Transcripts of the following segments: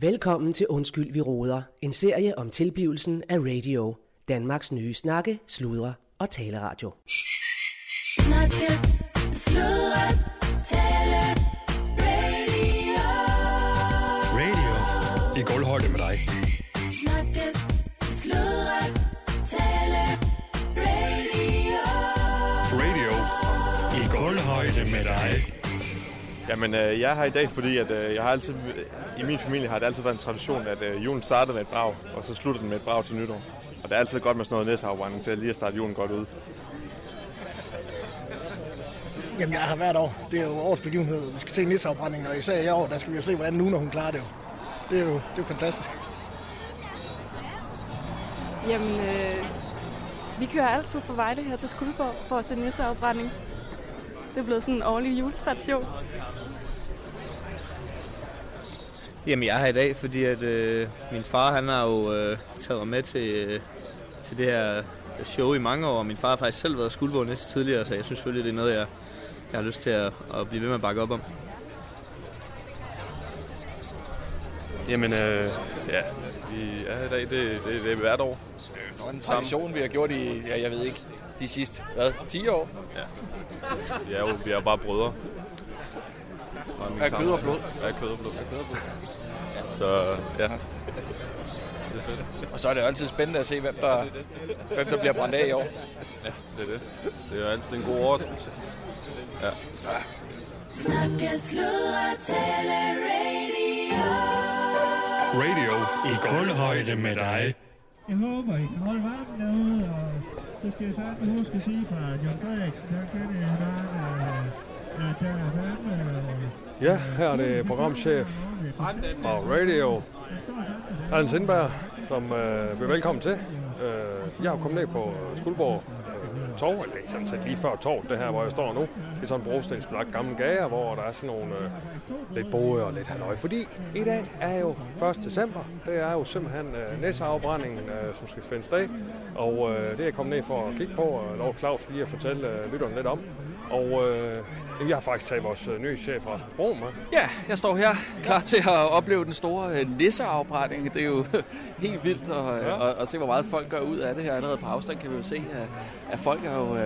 Velkommen til Undskyld, vi råder. En serie om tilblivelsen af radio. Danmarks nye snakke, sludre og taleradio. Snakke, sludre, tale, radio. Radio i gulvhøjde med dig. Snakke, sludre, tale, radio. Radio i gulvhøjde med dig. Jamen, øh, jeg er her i dag, fordi at, øh, jeg har altid, i min familie har det altid været en tradition, at øh, julen starter med et brag, og så slutter den med et brag til nytår. Og det er altid godt med sådan noget næseafbrænding til at lige at starte julen godt ud. Jamen, jeg har hvert år. Det er jo årets begivenhed. Vi skal se nisseafbrændingen, og især i år, der skal vi jo se, hvordan Luna hun klarer det jo. Det er jo, det er jo fantastisk. Jamen, øh, vi kører altid fra Vejle her til Skuldborg for at se nisseafbrænding. Det er blevet sådan en årlig juletradition. Jamen, jeg er her i dag, fordi at øh, min far, han har jo øh, taget mig med til, øh, til det her show i mange år, og min far har faktisk selv været skuldborg næste tidligere, så jeg synes selvfølgelig, det er noget, jeg, jeg har lyst til at, at blive ved med at bakke op om. Jamen, øh, ja, vi er her i dag, det, det, det er hvert år. Det er en tradition, vi har gjort i, ja, jeg ved ikke, de sidste, hvad, 10 år Vi er jo, vi er jo bare brødre. af kød og blod. Af kød og blod. Kød og, blod. Så ja, og så er det jo altid spændende at se, hvem der, hvem der bliver brændt af i år. det er det. Det er jo altid en god overraskelse. Snakke, sludre, tale, radio. Radio i gulvhøjde med dig. Jeg håber, I kan holde varmen derude, og så skal jeg fandme huske at sige fra John Frederiksen, der kan det bare, øh, at der er fandme... Ja, her er det programchef og radio, Hans Indberg, som øh, vil velkommen til. Øh, jeg er jo kommet ned på øh, Skuldborg øh, Torv, eller det er sådan set lige før Torv, det her, hvor jeg står nu. Det er sådan en brostensbelagt gammel gade, hvor der er sådan nogle øh, lidt både og lidt halløj. Fordi i dag er jo 1. december, det er jo simpelthen øh, næseafbrændingen, øh, som skal finde sted. Og øh, det er jeg kommet ned for at kigge på, og lov Claus lige at fortælle øh, lytterne lidt om. Og øh, jeg har faktisk taget vores øh, nye chef, Rasmus Bro, med. Ja, jeg står her klar til at opleve den store øh, nisseafbrænding. Det er jo helt vildt at, ja. at, at se, hvor meget folk gør ud af det her. Allerede på afstand kan vi jo se, at, at folk er jo øh,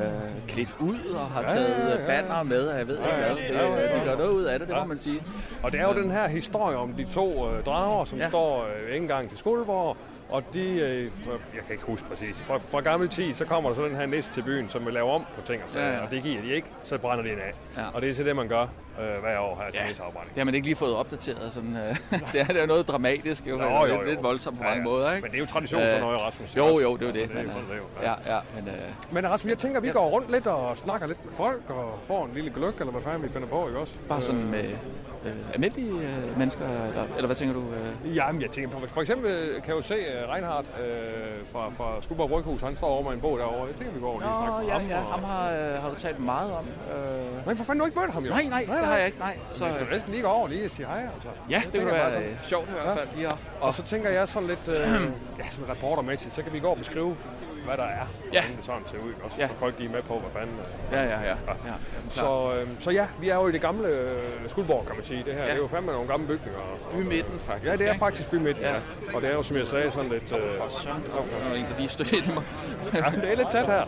klædt ud og har taget ja, ja, banner med, og jeg ved ikke ja, hvad. ja, ja, Det, ja. de gør noget ud af det, det må man sige. Og det er jo den her historie om de to øh, drager, som ja. Ja. står øh, ikke engang til Skuldborg, og de, øh, fra- jeg kan ikke huske præcis, fra, fra gammel tid, så kommer der så den her næste til byen, som vil lave om på ting og sager, ja, Ja, ja. ja. og det giver de ikke, så brænder de den af. Ja. Ja. Og det er så det, man gør øh, hver år her til ja. Ja. næseafbrænding. Det har man ikke lige fået opdateret. Sådan, øh, det, er, det er jo noget dramatisk, jo. Nå, jo, jo, lidt, jo. lidt voldsomt på Ja, mange ja. måder. Ikke? Men det er jo tradition for Øh, noget, Rasmus. Jo, Også. jo, det er jo det. Altså, det er jo men, sådan, øh, det er jo. ja, ja, men, øh, Men Rasmus, jeg tænker, vi går rundt lidt og snakker lidt med folk, og får en lille gløk, eller hvad fanden vi finder på, ikke også? bare sådan Øh, med øh, almindelige øh, mennesker, eller, eller hvad tænker du? Øh? Jamen, jeg tænker på, for eksempel kan jeg jo se uh, Reinhardt uh, fra, fra Skuldborg Bryghus, han står over med en bog derovre. Jeg tænker, vi går over og lige og snakker Nå, med ja, ham. ja, og- ham har, øh, har du talt meget om. Øh, Nej, for fanden, du har ikke mødt ham jo. nej, nej, det har jeg ikke, nej. Så, Så jeg skal øh, næsten lige gå over og lige sige hej, altså. ja, det tænker kunne jeg bare være sådan. øh, sjovt i hvert fald lige at... Og så tænker jeg sådan lidt, øh, ja, sådan reportermæssigt, så kan vi gå og beskrive, hvad der er, Ja. hvordan det sådan ser ud, ikke også, Ja. så folk lige er med på, hvad fanden. øh. Ja, ja, ja. ja, så, Så, øh, så ja, vi er jo i det gamle øh, Skuldborg, kan man sige, det her. Det er jo fandme nogle gamle bygninger. øh, by midten, faktisk. Ja, det er ikke? faktisk bymidten, ja. Ja. Og det er jo, som jeg sagde, sådan lidt... Øh, For søren, der er en, der lige stødte ind i mig. Ja, det er lidt tæt her.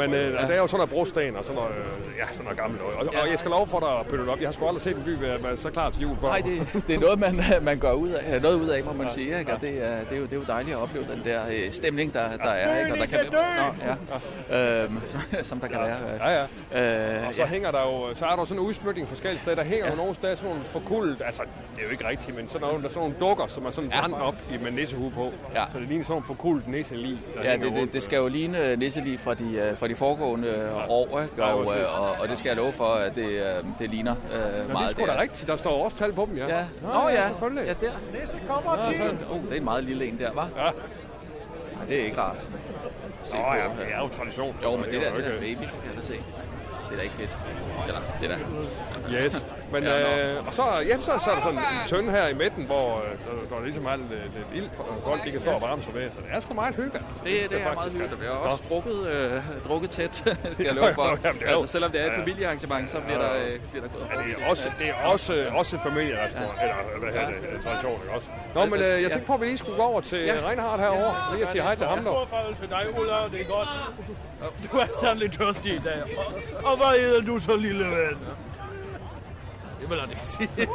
Men øh, der er jo sådan noget brosten og sådan noget, øh, ja, sådan noget gammelt. Og, og, Ja. og jeg skal love for dig at pynte det op. Jeg har sgu aldrig set en by være være så klar til jul før. Nej, det, det er noget, man, man gør ud af, noget ud af, må man sige. Ikke? Og det er, det, er jo, det er jo dejligt at opleve den der øh, stemning, der, der er. Ikke? Og der kan være, Nå, ja. øhm, som der kan være. øh. Ja, ja. Øh, Og så ja. hænger der jo, så er der jo sådan en udsmykning forskellige steder. Der hænger jo nogle steder sådan nogle forkuldet, altså det er jo ikke rigtigt, men sådan nogle, der er sådan nogle dukker, som er sådan brændt op i med nissehue på. Ja. Så det ligner sådan nogle forkuldet nisselig. der Ja, hænger det, det, rundt. det skal jo ligne øh, nisselig fra de, øh, fra de foregående øh, år, ikke? Ja, Og, præcis. øh, og, og det skal jeg love for, at det, øh, det ligner øh, Nå, det er meget. sgu da rigtigt. Der står også tal på dem, ja. Ja. Nå, Nå ja, selvfølgelig. ja der. Åh, oh, det er en meget lille en der, var. Ja. Nej, det er ikke rart. Se Nå, ja, øh. men det er jo tradition. Jo, men det, er der, jo det der ikke- baby, kan jeg da se. Det er da ikke fedt. Eller, det der. Yes. Men, ja, øh, og så, ja, så, så er der sådan en tønde her i midten, hvor øh, der, der er ligesom alt øh, lidt ild, og folk de kan stå og varme sig ved. Så det er sgu meget hyggeligt. Altså. Det, det er meget faktisk- hyggeligt. Vi har også Nå. drukket, øh, drukket tæt, skal jeg Jo, love jo, for. jamen, det er jo- Altså, selvom det er et ja, ja. familiearrangement, så bliver Ja, der, ja. øh, bliver der gået Ja, det hårdt er til. også, det er også, også et familierestaurant, Ja. ja. eller hvad hedder Ja. det, tradition, ikke også? Nå, men øh, jeg tænkte på, at vi lige skulle gå over til Ja. ja. Reinhardt herovre, ja, lige at sige hej til ham Jeg dog. står faktisk til dig, Olav. Det er godt. Du er sandelig tørstig i dag. Og, og hvad hedder du så, lille ven? Det vil jeg ikke sige.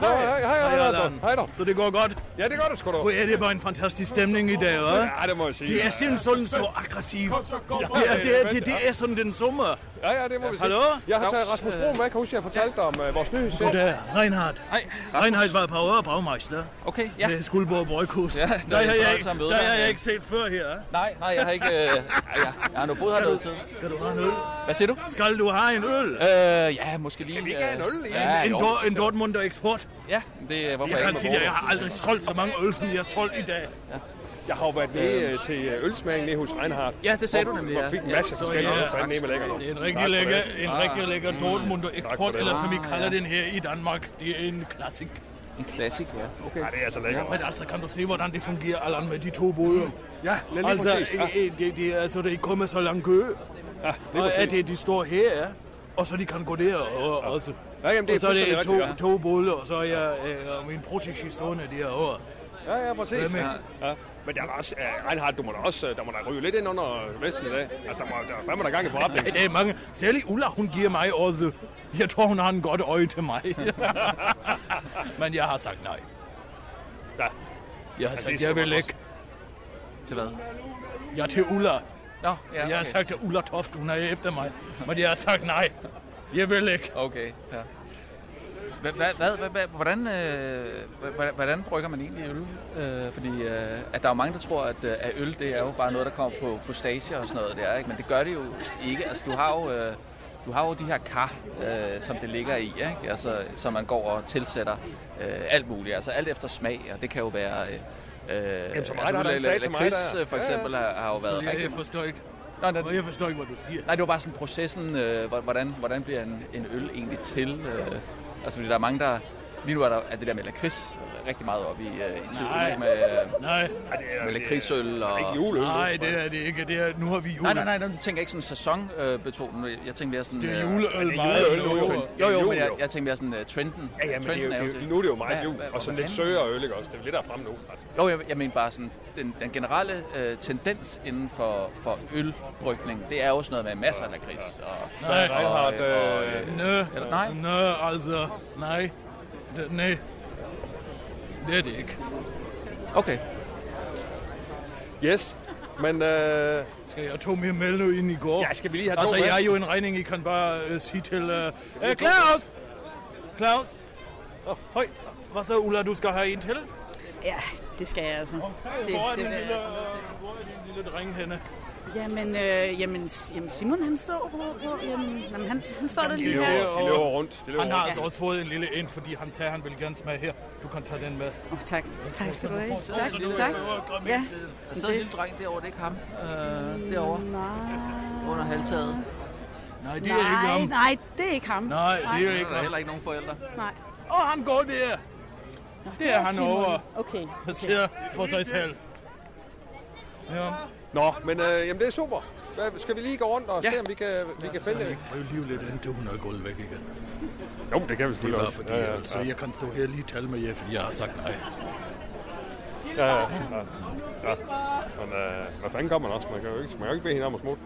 hej, hej, hej, Allan. Hej da. Så det går godt? Ja, det går det sgu da. Hvor er det bare en fantastisk stemning i dag, hva'? Ja, det må jeg sige. Det er simpelthen sådan så aggressivt. kom, kom. Ja, det er, det, det er sådan den sommer. Ja, ja, det må vi sige. Hallo? Jeg har taget Rasmus Bro med, kan huske, jeg fortalte dig om øh, vores nyhedschef. Goddag, Reinhardt. Hej, Reinhardt var på Øre Bagmeister. Okay, ja. Med Skuldborg Brøghus. Ja, der er der, har jeg, voldsomt ikke- der har jeg ødelæggelse. ikke set før her. Nej, nej, jeg har ikke... Øh, ej, jeg, jeg har nu boet her Skal du- noget tid. Skal du have en øl? Hvad siger du? Skal du have en øl? Øh, ja, måske lige... Skal vi ikke have en øl? Ja, en, jo. Dor- en Dortmunder eksport. Ja, det øh, er hvorfor jeg jeg kan ikke sige, må at bruge jeg har aldrig solgt så mange øl, som jeg har solgt i dag. Jeg har jo været nede øh, til øh, ølsmagning nede hos Reinhardt. Ja, det sagde hvor- du nemlig, hvor ja. fik en Ja. masse Så, ja, forskellige Ah. Mm. øl, så er nemme lækker. Det er en rigtig lækker, en rigtig lækker Dortmunder Ah. Mm. for eksport, det. eller som vi Ah, kalder ja. den her i Danmark. Det er en klassik. En klassik, ja. Okay. Ja, det er altså lækkert. Men altså, kan du se, hvordan det fungerer, Allan, med de to både? Ja, lige altså, præcis, ja. øh, øh, det, det, er- altså, det er kommet så langt kø. Ja, og præcis. at det, de står her, ja. og så de kan gå der og, ja. også. Ja, jamen, det er og så er det fuldstændig to, rigtigt, ja. to boller, og så er jeg øh, og min protege stående derovre. Ja, ja, præcis. Hvad med- Ja. Ja. Men der er da også, uh, Reinhardt, du må da også, øh, der må da ryge lidt ind under øh, vesten i dag. Altså, der, må, der er fandme der gang i Nej, forretningen. det er mange. Særlig Ulla, hun giver mig også. Jeg tror, hun har en godt øje til mig. Men jeg har sagt nej. Ja. Altså, Jeg har det sagt, skal jeg man vil også. ikke. Til hvad? Jeg er til Ulla. Nå, ja, okay. Jeg har sagt til Ulla Toft, hun er efter mig. Men jeg har sagt nej. Øh, Jeg vil ikke. Okay, ja. Hvad, hvad, hvad, hvad, hvad, hvordan, øh, hvordan, hvordan brygger man egentlig øl? Øh, fordi øh, at der er jo mange, der tror, at, øh, at øl det er jo bare noget, der kommer på fustasia og sådan noget der, ikke? men det gør det jo ikke. Altså, du har jo, øh, du har jo de her kar, øh, som det ligger i, ikke? Altså, som man går og tilsætter øh, alt muligt. Altså alt efter smag, og det kan jo være... Øh, altså, Jamen, som Reinhardt, han sagde til mig, der- øh, for Ja, ja. eksempel, har, har jo været Jeg, rigtig jeg forstår ikke. Nå, nej, jeg forstår ikke, hvad du siger. Nej, det var bare sådan processen, øh, hvor- hvordan, hvordan bliver en, en øl egentlig til? Øh, altså, fordi der er mange, der... Lige nu er, der, er det der med lakrids rigtig meget op i, øh, i tiden, Nej. ikke? Med, Nej. med lakridsøl og... ikke juleøl, Nej, det er det ikke. Det er, nu har vi jule. Nej, nej, nej, nej, du tænker ikke sådan sæsonbetonet. Jeg tænker mere sådan... Det er øh, juleøl Det er meget juleøl, nu. Jo, Det er jo, jo, men jul, jeg, jo. jeg tænker mere sådan uh, trenden. Ja, ja, men det er jo, trenden det er jo- til- nu er det jo meget Hvad- jul, hvad- og sådan hvad lidt fanden? søger øl, ikke også? Det er jo lidt der er frem nu. Altså. Jo, jeg, jeg mener bare sådan, den, den generelle øh, tendens inden for, for ølbrygning, det er jo sådan noget med masser af lakrids. Og, Nej, og, Reinhardt, og, øh, Nø, eller- nej. nø, altså, nej. Det, nej. Det er det ikke. Okay. Yes, men... Øh, Skal jeg to mere Mello ind i går? Ja, skal vi lige have to Altså, med? jeg er jo en regning, I kan bare øh, sige til... Øh, øh, Claus! Claus! Oh, høj. Hvad så, Ulla, du skal have en til? Ja, det skal jeg altså. Hey, Det, hvor er det den vil jeg lille, altså. hvor er din lille dreng henne? Jamen, øh, jamen, S- jamen, Simon han står på, på jamen, jamen, han, han står der Jamen, lige de løber- her. de løber rundt. De løber han har rundt. altså Ja. også fået en lille en, fordi han sagde, at han ville gerne smage her. Du kan tage den med. Oh, tak. Tak skal du have. Så Tak, er det tak. jo- Ja. Der sidder en lille dreng derovre, det er ikke ham. Øh, derovre. Under halvtaget. Nej, det er ikke Nej, ham. nej, det er ikke ham. Der er heller ikke nogen forældre. Nej. Åh, oh, han går der. Det det er er han Simon. over. Okay. Han sidder for sig selv. Ja. Nå, men øh, jamen, det er super. Hvad, skal vi lige gå rundt og ja. se, om vi kan, vi kan finde det? Prøv lige lidt ind, til hun har gået væk igen. Jo, det kan vi Det selvfølgelig var også. fordi, Ja, ja, altså, ja. jeg kan stå her lige og tale med jer, fordi jeg har sagt nej. Ja, ja, ja. ja. Men øh, hvad fanden kommer man også? Man kan jo ikke, man kan jo ikke bede hende om at smutte.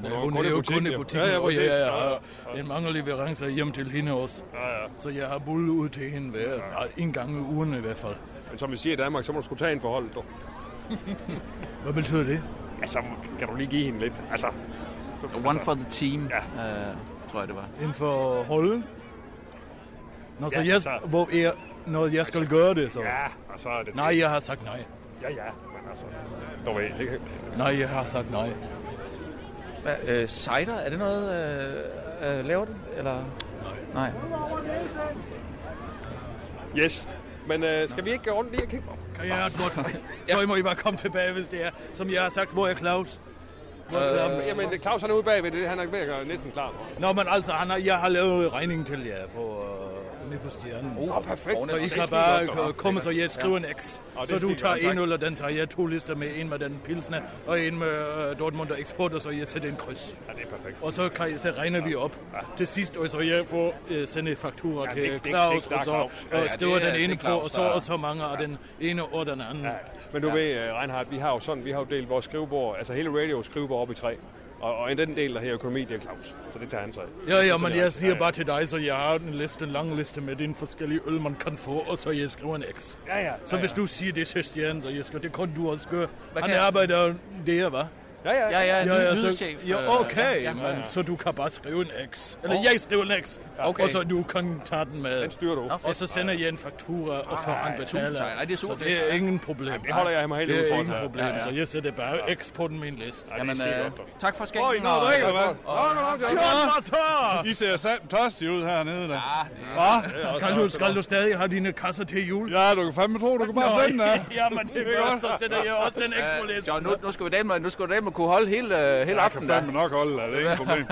Nej, er jo hun kun er i jo butikken, kun i jo. butikken, Ja, ja, og jeg præcis. jeg Ja, har en mange leverancer hjem til hende også. Ja, ja. Så jeg har bullet ud til hende hver, nej, en gang i ugen i hvert fald. Men som vi siger i Danmark, så må du skulle tage en forhold. Du. Hvad betyder det? Altså, kan du lige give hende lidt? Altså, One for the team, ja. øh, tror jeg det var. Inden for holden? Nå, så Ja, jeg, så- hvor jeg, når jeg skal gøre det, så... Ja, og så er det... Nej, jeg har sagt nej. Ja, ja, men altså... Du ved, ikke? Nej, jeg har sagt nej. Hvad, øh, cider, er det noget, øh, øh, laver det? Eller? Nej. Yes. Men øh, skal vi ikke gå rundt lige og kigge? Kan jeg have et godt? Så I må I bare komme tilbage, hvis det er. Som jeg har sagt, hvor er Claus? Hvor er Claus? Øh, jamen, det- Claus han er ude bagved, det er det, han er ved at gøre næsten klar. Nå, men altså, han har, jeg har lavet regningen til jer på øh, ned på stjernen. Åh, Så I kan bare øh, komme, så jeg skriver en X. Så du tager en øl, og den tager jeg to lister med. En med den pilsner, og en med øh, Dortmund og eksport, og så jeg sætter en kryds. Ja, det er perfekt. Og så, kan, så regner vi op til sidst, og så jeg får øh, sende faktura Ja, til det- det- det- Claus, det er og så Claus. øh, Ja, ja, det skriver er- den det er ene på, Claus, og så der- og så mange af den ene og den anden. Men du ja. ved, uh, Reinhardt, vi har jo sådan, vi har jo delt vores skrivebord, altså hele radios skrivebord op i tre. Og, og den del, der her økonomi, det er Claus. Så det tager han sig. af. Ja, ja, men Det er jeg altså- siger bare til dig, så jeg har en liste, en lang liste med dine forskellige øl, man kan få, og så jeg skriver en X. Ja, ja. Så Ja, hvis ja. du siger det til Stjern, så jeg skriver, det kun du også gøre. Han kan jeg- arbejder der, hva'? Ja, ja. Ja, ja, lyd- så- lydchef, øh, Ja, okay, ja, ja. men så du kan bare skrive en X. Eller Åh. jeg skriver en X, Okay. og så du kan tage den med. Den styrer du. Og så sender jeg en faktura, og så Ah, han ja, betaler. tusind tak. Ej, det er super Så det er fedt. ingen problem. Ej, det holder jeg mig helt Det ude er for, ingen tak. problem, Ja, ja. så jeg sætter bare X på den min liste. Jamen, øh, tak for skænken. Oj, nå, og- der er ikke noget, og- I ser sandt tørstige ud hernede. Der. Ah, skal, du, skal du stadig have dine kasser til jul? Ja, du kan fandme tro, du kan bare sende den. ja, men det er gør, godt. så sætter jeg også den ekstra Ja, liste. John, nu, nu skal vi dem, nu skal vi dem kunne holde hele, øh, hele Jeg aftenen. kan fandme nok holde, det er ikke et problem.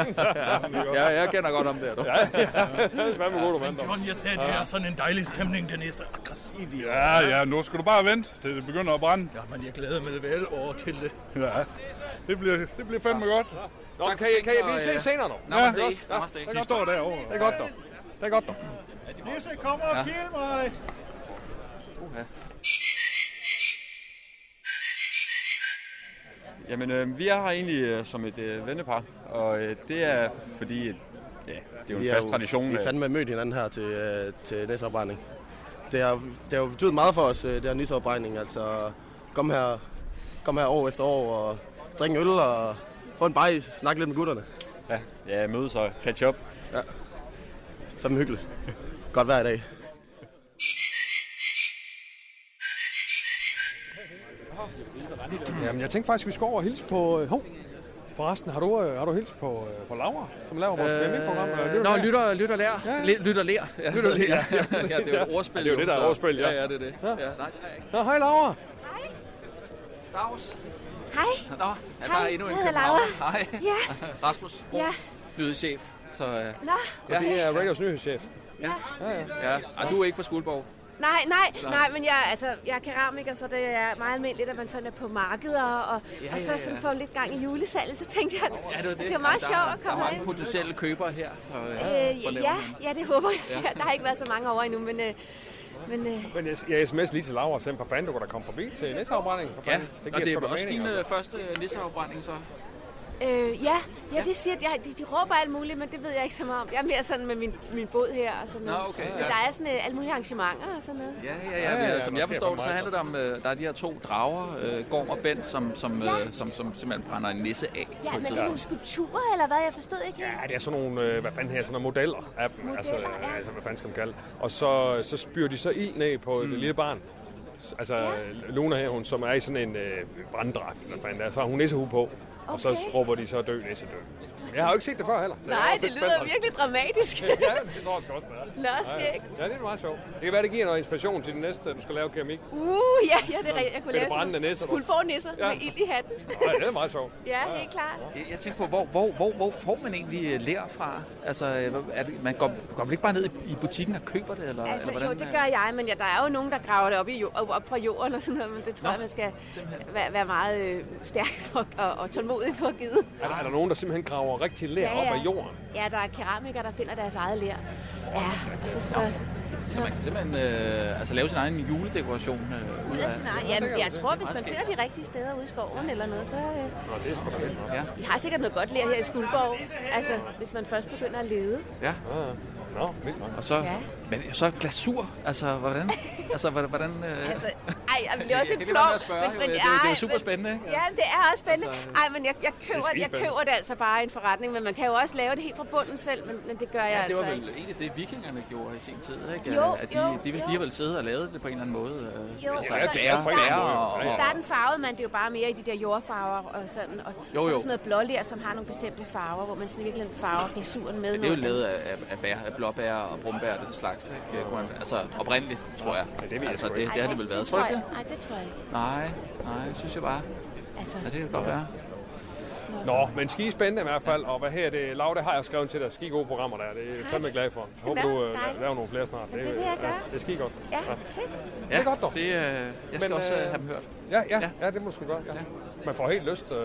ja, jeg kender godt om det. Du. Ja, ja. Fandme god, du vandt. John, jeg sagde, det er sådan en dejlig stemning, den er så aggressiv. i år. Ja, ja, nu skal du bare vente, til det begynder at brænde. Ja, men jeg glæder mig vel over til det. Ja, det bliver, det bliver fandme godt. Nå, kan I, kan I, vi ses senere nu? Namaste. Ja, ja. Namaste. De står derovre. Det er godt, dog. Det er godt, dog. Nisse, kom og Ja. kill mig. Jamen, øh, vi er her egentlig øh, som et øh, vennepar, og øh, det er fordi, at, ja, det er jo en fast tradition. øh. Vi at- fandme mødt hinanden her til, øh, til næseopbrænding. Det har, det har jo betydet meget for os, øh, det her næseopbrænding. Altså, kom her, kom her år efter år og drikke en øl og få en bajs, snakke lidt med gutterne. Ja, ja mødes og catch up. Ja. Fandme hyggeligt. Godt vejr i dag. Jamen, jeg tænkte faktisk, vi skal over og hilse på... Øh, hov. Forresten, har du, øh, har du hilst på, øh, på Laura, som laver vores øh, program? Nå, lytter, lytter lær. Ja, ja. Lytter lær. Ja. Lytter lær. Ja, ja, det er jo et ordspil. Ja, det er jo det, der er så- ordspil, ja. Ja, ja, det er det. Ja. Ja, nej, Nå, hej Laura. Dags. Hej. Nå, er der Hej, endnu en jeg hedder københavner? Laura. Hej. Ja. Rasmus Bro, Ja. lydchef. Så, øh, Nå, Og det er Radios nyhedschef. Ja. ja. Ej, du er ikke fra Skuldborg. Nej, nej, Nej. nej, men jeg, altså, jeg er keramiker, så det er meget almindeligt, at man sådan er på markeder, og, Ja, ja, og så ja, ja, ja. sådan får lidt gang i julesalget, så tænkte jeg, at Ja, det, var det er meget der, sjovt at Der er komme mange herind. potentielle købere her. Så, øh, Øh, fornemmer ja, man. ja, det håber jeg. Ja. Ja. Der har ikke været så mange over endnu, men, øh, men øh, Men jeg, jeg sms lige til Laura og sagde, for fanden, du kunne da komme forbi til næsteafbrænding. For Ja, fanden, giver og det er sgu da også mening, din altså. øh, første øh, nisseafbrænding, så. øh, ja, ja, det siger jeg, de, de råber alt muligt, men det ved jeg ikke så meget om. Jeg er mere sådan med min, min båd her og sådan Nå, noget. okay, men ja. der er sådan øh, alle mulige arrangementer og sådan noget. Ja, ja, Ja, ja. ja, ja, ja, ja som der jeg sker forstår for det, så meget. handler det om, øh, der er de her to drager, øh, Gorm og Bent, som, som, øh, som, som simpelthen brænder en nisse af Ja, på et men sådan nogle tidspunkt. skulpturer, eller hvad? Jeg forstod ikke helt. Ja, det er sådan nogle, øh, hvad fanden her, sådan nogle modeller af dem. altså, Modeller, ja. altså, hvad fanden skal man kalde Og så, så spyrer de så ild ned på mm. et lille barn. Altså, ja. Luna her, hun, som er i sådan en øh, branddragt, eller hvad fanden der, så har hun nissehue på. Okay. Og så Okay. råber de så dø, nisse, dø. Jeg har jo ikke set det før heller. Nej, det lyder virkelig dramatisk. ja, det tror jeg sgu også, det er. Nå, skæg. Ja, det er meget sjovt. Det kan være, det giver noget inspiration til det næste, du skal lave keramik. Uh, ja, ja, det er rigtigt. Jeg kunne Med det lave sådan brændende nogle næse, du. skuldfornisser Ja. ja. med ild i hatten. Nej, det er meget sjovt. ja, helt klart. Jeg, jeg tænker på, hvor, hvor, hvor, hvor får man egentlig øh, lær fra? Altså, øh, hvor- er det, man går, går man ikke bare ned i, i butikken og køber det? Eller, Altså, eller øh, jo, det gør jeg, men ja, der er jo nogen, der graver det op, i jord, op fra jorden og sådan noget, men det tror jeg, man skal være, være meget øh, stærk for, og, og tålmodig for at give. Er der, er der nogen, der simpelthen graver rigtig lær Ja, ja. op af jorden? Ja, der er keramikere, der finder deres eget lær. Ja, og så, så Så man kan simpelthen øh, altså, lave sin egen juledekoration øh, ud af sin egen. Jamen, jeg tror, hvis man finder de rigtige steder ude i skoven eller noget, så... Øh, Nå, det er sgu da vildt nok. Ja. vi har sikkert noget godt lær her i Skuldborg, altså, hvis man først begynder at lede. Ja. Nå, vildt nok. Og så, Ja. men så glasur, altså hvordan? altså hvordan? hvordan øh, Altså, ej, jeg bliver også Det bliver man lidt med flov. at spørge, jo. Det er- ej, det er super spændende, ikke? Ja, det er også spændende. Altså, Ej, men jeg, jeg, køber, det er jeg køber det altså bare i en forretning, men man kan jo også lave det helt fra bunden selv, men, men det gør ja, jeg det altså var vel ikke. egentlig det, vikingerne gjorde i sin tid, ikke? Jo, at de, jo, de, de jo. har vel siddet og lavet det på en eller anden måde. øh, Jo, altså, og at så- bære, i starten- bære og, I og, starten farvede man det jo bare mere i de der jordfarver og sådan. Og så er der jo. sådan noget blålær, som har nogle bestemte farver, hvor man sådan virkelig farver glasuren med. det er jo noget. lavet af, af, af, bær, af blåbær og brumbær og den slags, ikke? Kunne man- Altså oprindeligt, tror jeg. Ja, det altså, det, det har det vel været, tror du tror ikke jeg. det? Nej, det tror jeg ikke. Nej, nej, synes jeg bare. Altså, Ja, det kan godt være. Nå, men ski er spændende i hvert fald, og hvad her det, Lav, det har jeg skrevet til dig. Ski gode programmer der, det er jeg fandme glad for. Jeg håber, Nå, du øh, dejligt. laver nogle flere snart. det vil jeg gøre. Ja, det er ski godt. Ja, Det er godt dog. Det, øh, jeg skal også, øh, have dem hørt. Ja, ja, ja. ja det må du sgu gøre. Ja. Man får helt lyst. Øh,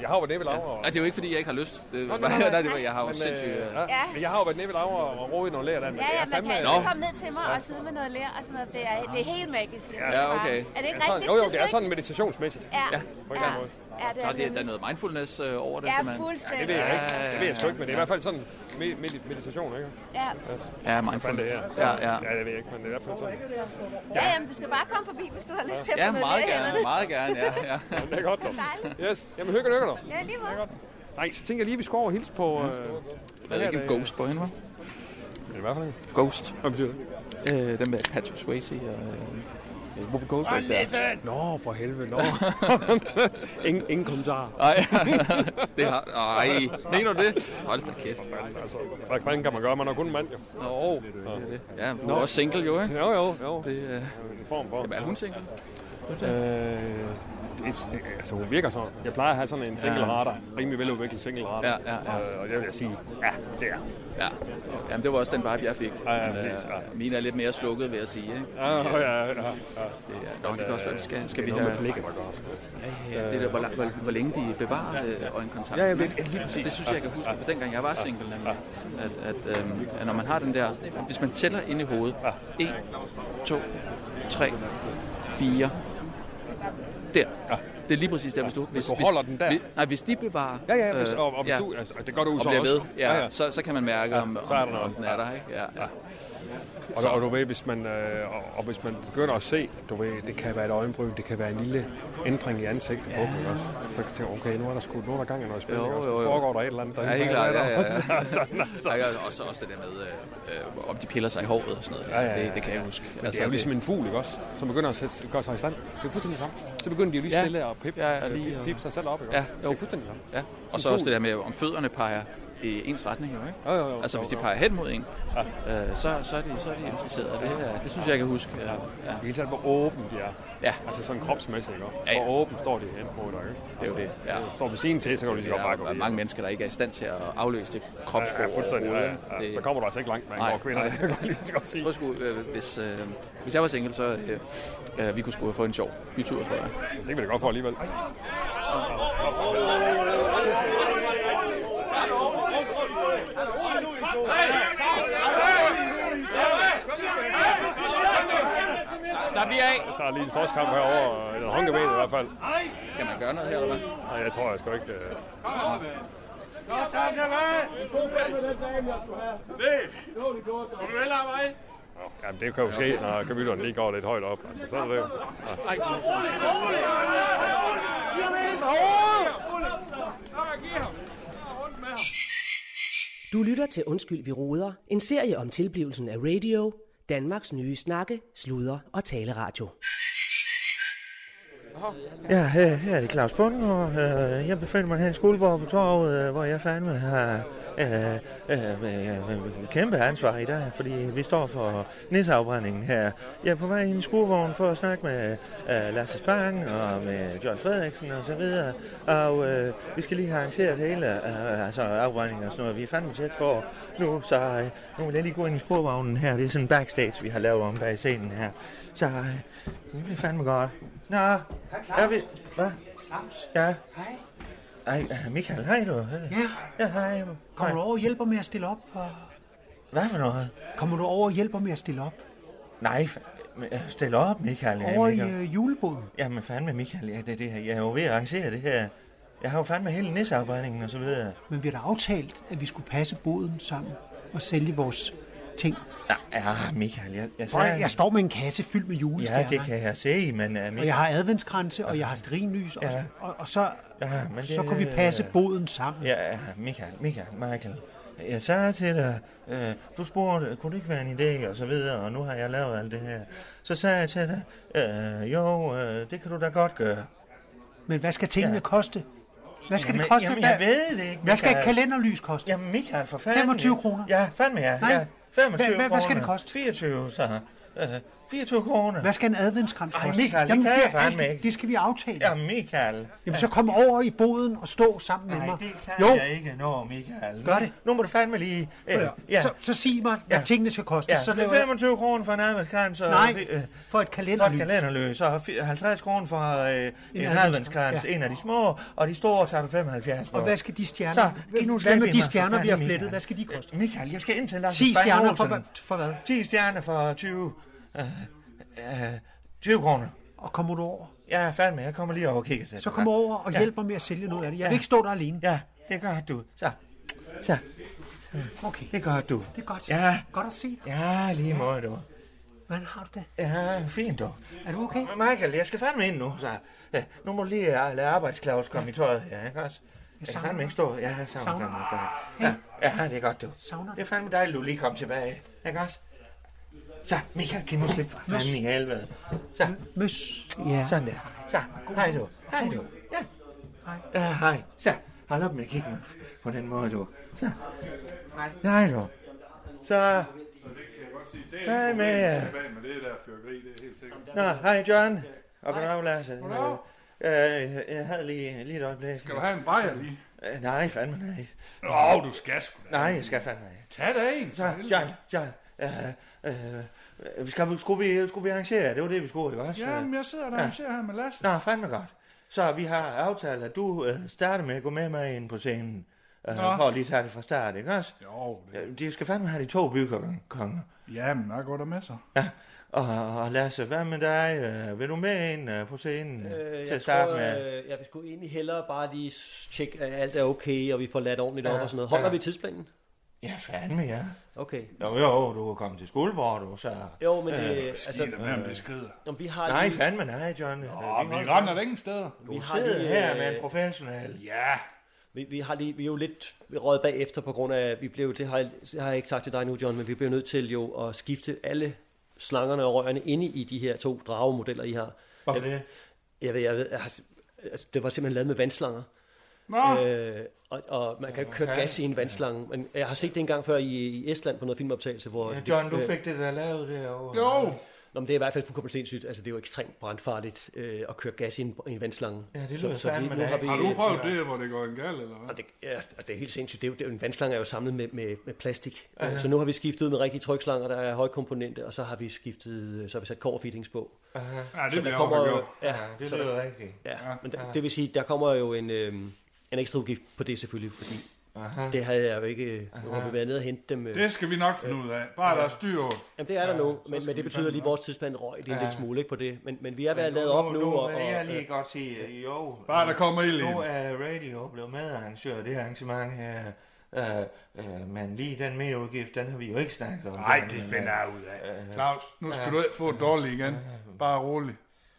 jeg har jo været nede ved Laura. og- Nej, det er jo ikke, fordi jeg ikke har lyst. Det, Nå, nej, Nå, nej, nej, nej. det var, jeg har jo Men, øh, sindssygt... Øh, ja. Men jeg har jo været nede ved Laura og roet i nogle lærer der. Ja, ja, man kan altid komme ned til mig og sidde med noget lær og sådan noget. Det er, det er helt magisk. jeg synes bare. Er det ikke sådan, rigtigt? Jo, jo, Synes det du er ikke? sådan meditationsmæssigt. Ja. På en eller anden måde. Ja, det er Nå, det, det. der er noget mindfulness øh, over det, Ja, simpelthen. fuldstændig. Det ved jeg Ja, ikke. ja, Det ved jeg sgu ja. ikke, men det er i hvert fald sådan med- med- meditation, ikke? Ja. Ja, mindfulness. Hvad fanden det Ja, er. ja. Ja, det ved jeg ikke, men det er i hvert fald sådan. Ja, jamen, du skal bare komme forbi, hvis du har lyst til at Ja, få noget meget lær i gerne, hænderne. meget gerne, ja, ja. Jamen, det er godt, dog. Yes, jamen hygge lykke dog. Ja, lige meget. Nej, så tænker jeg lige, vi skal over og hilse på... Øh, Hvad er det, ikke Ghost på hende, var? I hvert fald Ghost. Hvad betyder det? Øh, den med Patrick Swayze og... øh, Øh, Whoopi Goldberg Åh, der. nissen! Nå, for helvede, nå. ingen, ingen kommentar. Nej, det har... Ej, mener du det? Hold da kæft. Altså, hvad fanden kan man gøre? Man er kun en mand, jo. Nå, det er det. Ja, men du er også single, jo, ikke? Jo, jo, jo. Det er en form for. Jamen, er hun single? Øh, det, det, altså, hun virker sådan. Jeg plejer at have sådan en single radar. Rimelig veludviklet single radar. Ja, ja, ja. Øh, og det vil jeg sige, ja, det er. Ja, jamen det var også den vibe, jeg fik. Ja, ja, Men, øh, præcis, ja. Min er lidt mere slukket, vil jeg sige. Ikke? Ja, Fordi, ja, ja, ja. øh, Det er, nå, det kan også være, vi skal, skal Det vi er have... noget med blikket, der gør også. Ja, ja, det er der, hvor, lang- hvor, hvor længe de bevarer øh, øjenkontakten. Ja, ja, men- ikke? lige præcis. altså, det synes jeg, jeg kan huske, for dengang jeg var single, nemlig, at, at, øhm, at når man har den der... Hvis man tæller ind i hovedet, 1, 2, 3, 4, der. Det er lige præcis der, hvis du... Hvis, du holder den der. Hvis, nej, hvis de bevarer... øh, Ja, ja, hvis- og- og hvis du- altså, det gør du jo og så bliver også. ved, ja, Ja, ja, ja. ja. Så, så kan man mærke, om, så er der om, noget. om den er der, ikke? Ja, ja. Og, du, og du ved, hvis man, øh, og, og hvis man begynder at se, du ved, det kan være et øjenbryn, det kan være en lille ændring i ansigtet på dem, ikke også? Så kan jeg tænke, okay, nu er der sgu, nu er der gang i noget spil, Jo, ikke også? jo, jo. Altså, Foregår der et eller andet? Ja, helt klart. Ja, ja, ja. Sådan, altså. Der er også, også det der med, øh, øh, om de piller sig i håret og sådan noget. Ja, ja, ja, Det, det kan jeg ja. huske. Altså, Men det er jo ligesom en fugl, ikke også? Som begynder at sætte, gøre sig i stand. Det er fuldstændig samme. Så begynder de jo lige Ja. stille at pippe, Ja, ja, og lige lige, at- pippe sig selv op, ikke Ja, også? Det jo. er fuldstændig samme. Ja, og så En fugl. også det der med, om fødderne peger i ens retning, jo, ikke? Jo, jo, jo, altså, jo, hvis de jo. peger hen mod en, øh, så, så, er de, så er de interesserede. og Det, er- det synes jeg, jeg kan huske. Ja. Ja. I hele taget, hvor åben de er. Ja. Altså sådan kropsmæssigt, ikke? også? Ja, ja. Hvor åben står de hen på dig, ikke? Det er jo det, ja. Står ved siden til, så kan du lige så godt bare gå Der er videre. mange mennesker, der ikke er i stand til at afløse det kropssprog. Ja, ja, fuldstændig, ja, ja. overhovedet, ikke? Ja, så kommer du altså ikke langt med, hvor kvinder, det kan jeg Jeg tror sgu, øh, hvis, øh, hvis jeg var single, så øh, øh, vi kunne sgu have fået en sjov bytur, tror jeg. Det kan vi da godt få alligevel. Slap lige af! Der er lige en slåskamp herovre, og en håndgemen i hvert fald. Skal man gøre noget her, eller hvad? Nej, jeg tror jeg sgu ikke. øh. Godt, tak, jeg var. En god plads med den dame, jeg skulle have. Det. Det var det gjort. Vil du vel have mig? Jamen, det kan jo ske, når computeren lige går lidt højt op. Altså, så er det jo. Ej. Du lytter til Undskyld, vi roder, en serie om tilblivelsen af radio, Danmarks nye snakke, sludre og taleradio. Ja, her, Øh, her er det Claus Bund, og øh, jeg befinder mig her i Skuldborg på torvet, øh, hvor jeg fandme har øh, øh, øh, øh, kæmpe ansvar i dag, fordi vi står for nisseafbrændingen her. Jeg er på vej ind i skurvognen for at snakke med øh, Lasse Spang og med John Frederiksen og så videre, og øh, vi skal lige have arrangeret hele øh, altså afbrændingen og sådan noget. Vi er fandme tæt på nu, så øh, nu vil jeg lige gå ind i skurvognen her. Det er sådan en backstage, vi har lavet om bag scenen her. Så øh, det bliver fandme godt. Nå, er vi... Hvad? Claus? Ja. Hej. Ej, øh, Michael, hej du. Øh, Ja. Ja, hej. Kommer du over og hjælper med at stille op? Og... Hvad for noget? Kommer du over og hjælper med at stille op? Nej, fa- men, øh, stil op, Michael. ja, Over i Michael. øh, juleboden? Jamen fandme, Michael, ja, det, er det her. jeg er jo ved at arrangere det her. Jeg har jo fandme hele nisseafbrændingen og så videre. Men vi har da aftalt, at vi skulle passe boden sammen og sælge vores ting. Ja, ja Michael, jeg, jeg Prøv, at- jeg står med en kasse fyldt med julestjerner. Ja, det kan jeg se, men... Uh, Michael... Og jeg har adventskranse, og jeg har strinlys, og, Ja. og, og så, Ja, men så det- øh, kunne vi passe boden sammen. Ja, ja, Michael, Michael, Michael. Jeg sagde til dig, øh, du spurgte, kunne det ikke være en idé, og så videre, og nu har jeg lavet alt det her. Så sagde jeg til dig, øh, jo, øh, det kan du da godt gøre. Men hvad skal tingene ja. koste? Hvad skal Jamen, det koste? jamen, Hvad- jeg ved det ikke, Hvad skal et Michael. kalenderlys koste? Jamen, Michael, for fanden. 25 kroner? Ja, fandme ja. Nej. ja 25 Hvad- hvad- hvad skal det kroner. koste? 24, så. Øh, 24 kroner. Hvad skal en adventskrans Ej, koste? Michael, det kan er jeg fandme alt ikke. det, det skal vi aftale. Ja, Michael. Jamen, så kom over i boden og stå sammen med Nej, mig. det kan jo. jeg ikke nå, Michael. Gør det. Nu må du fandme lige... øh, Prøv at høre. Så- så sig mig, hvad tingene skal koste. Ja, Så så laver det jeg- er 25 kroner for en adventskrans. og- Nej, øh, for et kalenderlys. For et kalenderløs, og fi- 50 kroner for øh, en, en adventskrans. ja. En af de små, og de store tager du 75 for. Og hvad skal de stjerner- Så, hvad- giv nu et hvad slip med i de mig, stjerner, for vi har fanden, flettet? Michael. Hvad skal de koste? Øh, Michael, jeg skal ind til Lars 10 Bang stjerner for, Olsen. hva- for hvad? 10 stjerner for 20... Øh, øh, 20 kroner. Og kommer du over? Jeg er fandme, jeg kommer lige over og kigger til Så det, kom hva'? over og hjælp mig med at sælge noget af det. Jeg vil ikke stå der alene. Ja, det gør du. Så. Så. Okay. Det gør du. Det er godt. Ja. Godt at se dig. Ja, lige måde, du. Hvordan har du det? Ja, fint dog. Er du okay? Michael, jeg skal fandme ind nu, så ja, nu må du lige uh, lade arbejdsklaus komme i tøjet her, ikke også? Jeg kan savner fandme dig. ikke stå. Ja, jeg savner Savner fandme også dig. Ja, ja, det er godt, du. Savner Det er fandme dejligt, du lige kom tilbage, ikke også? Så, Michael, kan du slippe for Møs. fanden i helvede? Så. Møs. Ja. Sådan der. Så, hej du. Hej du. Ja. Hej. Ja, hej. Så, hold op med at kigge mig på den måde, du. Så. Nej, du. Så, Hej med jer. med det der fyrkeri, det er helt sikkert. Nå, hej John. Og goddag, Lasse. Øh, øh, jeg havde lige, lige et øjeblik. Skal du have en bajer lige? Øh, nej, fandme nej. Åh, du skal sgu da. Nej, jeg skal fandme ikke. Tag da en. Så, John, John. Øh, øh, øh, skal, vi- skulle, vi, skulle vi arrangere? Det var det, vi skulle, ikke også? Jamen, jeg sidder der Ja. og ser her med Lasse. Nå, fandme godt. Så vi har aftalt, at du øh, starter med at gå med mig ind på scenen. Øh, Nå. for at lige tage det fra start, ikke også? Jo, det... De skal fandme have de to bykonger. Jamen, jeg går der med sig. Ja. Og, og Lasse, hvad med dig? Øh, vil du med ind øh, på scenen øh, til at starte med? øh, jeg vil sgu egentlig hellere bare lige s- tjekke, at alt er okay, og vi får ladt ordentligt op Ja, og sådan noget. Holder ja. vi tidsplanen? Ja, fandme, ja. Okay. Jo, jo, du er kommet til Skuldborg, du, så... Jo, men det... Øh, sig da, hvem det skrider. Om vi har Nej, lige- fandme nej, John. Øh, holder- ingen steder. Du sidder her øh, med en professionel. Ja. Vi, vi, har lige, vi er jo lidt røget bagefter på grund af, vi blev, det har, jeg- det har jeg ikke sagt til dig nu, John, men vi blev nødt til jo at skifte alle slangerne og rørene inde i de her to dragemodeller, I har. Hvorfor det? Jeg, ved, jeg, ved, jeg har, s- altså, det var simpelthen lavet med vandslanger. Nå. Øh, og, og, man kan jo ikke køre Okay. gas i en vandslange. Men jeg har set det en gang før i, i Estland på noget filmoptagelse, hvor... øh, Ja, John, du fik det der lavet derovre. Jo. Nå, men det er i hvert fald fuldkommen sindssygt. Altså, det er jo ekstremt brandfarligt øh, at køre gas i en, i en vandslange. Ja, det lyder Så- så vi- fandme nu da har ikke. vi- Har du prøvet det, hvor det går en gal, eller hvad? og det, ja, og det er helt sindssygt. Det er jo, det er jo, en vandslange er jo samlet med, med, med plastik. Ja, Ja, ja. Så nu har vi skiftet ud med rigtige trykslanger, der er højkomponente, og så har vi skiftet, øh, så har vi sat kårfittings på. Ja, det Så bliver der jeg kommer, overgjort. ja, Ja, det så der- lyder rigtigt. Ja, men der, Ja. det vil sige, der kommer jo en, øhm, en ekstra udgift på det selvfølgelig, fordi Aha. det havde jeg jo ikke, nu har Aha. vi været nede og hente dem. øh. Det skal vi nok finde ud af. Bare der er styr over. Jamen det er der Ja, nu, så men, skal men det vi betyder fandme lige, at nok. vores tidsplan røg lige en Ja. lille smule ikke, på det. Men, men vi er ved at Men lade op nu, nu og, vil og, jeg øh, lige godt sige, øh, jo. Bare der kommer ild Nu ind. er Radio blevet medarrangør af det arrangement her. Øh, øh, men lige den merudgift, den har vi jo ikke snakket om. Nej, John, det men, finder jeg øh, ud øh, af. Claus, nu ja. skal du ikke få et dårligt igen. Bare rolig.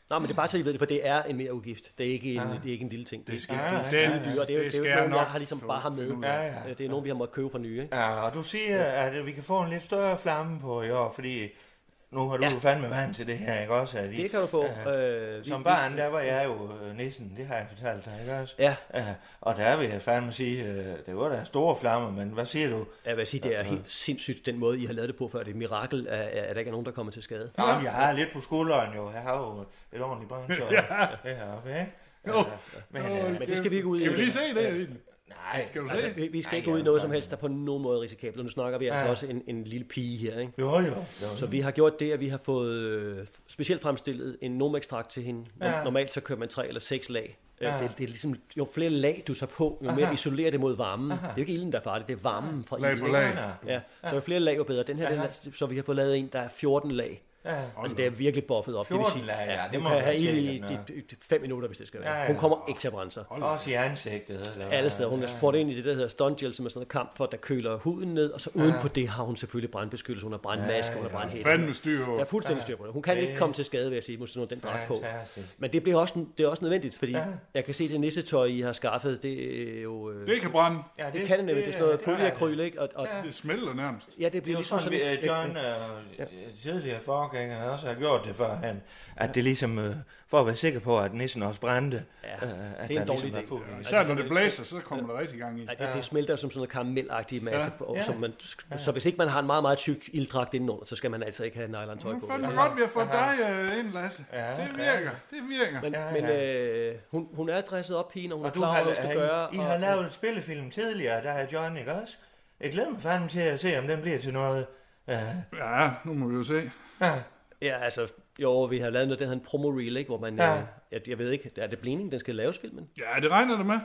Nej, men det er bare så, I ved det, for det er en mere udgift. Det er ikke en, Ja. det er ikke en lille ting. Det skal- det, det er skal- store dyr, og det, er jo- det det, er jo skal nogen, nok jeg har ligesom få bare har med. Øh, fundet ud af. Ja, ja. Det er nogen, vi har måttet købe fra nye. Ikke? Ja, og du siger, at vi kan få en lidt større flamme på i år, fordi nu har du Ja. ja. fandme vand til det her, ikke også? At I- Det kan du få. Øh, Øh, vi- som vi- barn, der var jeg jo øh, nissen, det har jeg fortalt dig, ikke også? Ja. Øh, og der vil jeg fandme sige, øh, det var da store flammer, men hvad siger du? Ja, Jeg vil sige, det er helt sindssygt, den måde, I har lavet det på før. Det er et mirakel, at, at der ikke er nogen, der kommer til skade. Nå, men jeg har lidt på skulderen jo. Jeg har jo et ordentligt brændtøj Ja. heroppe, ikke? Jo. Øh, Men, Nå, øh, men det skal vi ikke ud i. Skal vi lige se det? Ja. egentlig? Nej. Skal du Altså, se? vi, vi skal Ej, ikke ud i ja, noget for- som helst, der på nogen måde er risikabelt. Og Nu snakker vi altså Ja. også en, en lille pige her, ikke? Jo, jo, jo. Så vi har gjort det, at vi har fået øh, specielt fremstillet en nomekstrakt til hende. Norm- Ja. Normalt så kører man tre eller seks lag. Øh, Ja. Det, det er ligesom, jo flere lag du tager på, jo mere Aha. isolerer det mod varmen. Aha. Det er jo ikke ilden, der er farlig, det er varmen fra Lag ilden. på ikke? lag. Ja. Så jo flere lag, jo bedre. Den her, den Aha. er, så vi har fået lavet en, der er 14 lag. Ja. Altså, det er virkelig buffet op. det vil 14 lag, ja, det hun må kan være have ild i, sikkert noget. i, i, i fem minutter, hvis det skal være. Ja, ja. Hun kommer ikke til at brænde sig. Også i ansigtet. Eller hvad? Alle steder. Hun er spurgt ind i det, der hedder stun gel, som er sådan noget kamp for, der køler huden ned, og så uden Ja. på det har hun selvfølgelig brandbeskyttelse, hun har brandmaske, hun har Ja, ja. brandhætte. Fandme styr på. Der er fuldstændig styr på det. Hun kan Ja. ikke komme til skade, vil jeg sige, hvis hun har den dragt på. Fantastisk. Men det, bliver også, det er også nødvendigt, fordi Ja. jeg kan se, at det nissetøj, I har skaffet, det er jo... øh, Det kan brænde. Ja, det, det kan det nemlig. Det er sådan noget polyakryl, ikke? Og, og, Det smelter nærmest. ja, det bliver Det er ligesom sådan, sådan... vi, øh, John et- et- øh, øh, tidligere fork forgængerne også har gjort det før, han, at det ligesom, øh, for at være sikker på, at nissen også brændte. Ja, øh, at der ligesom var fugl i. Især når det blæser, så kommer der rigtig gang i. Ja, det, det smelter som sådan noget karamelagtig masse. Ja. Ja. Og, Ja. som man, så hvis ikke man har en meget, meget tyk ilddragt indenunder, så skal man altså ikke have en nylon-tøj på. Det er fandme godt, vi har fået dig øh, ind, Lasse. Det virker, det virker. Men, men øh, hun, hun er dresset op, pigen, og hun Og er du klar har, over, hvad hun skal gøre. I, I og- har lavet en spillefilm tidligere, der er John, ikke også? Jeg glæder mig fandme til at se, om den bliver til noget. øh, Ja. Ja, nu må vi jo se. Ja. Ja, altså, jo, vi har lavet noget, der hedder en promo-reel, ikke? Hvor man, Ja. ja. øh, jeg, jeg ved ikke, er det blænding, den skal laves filmen? Ja, det regner det med.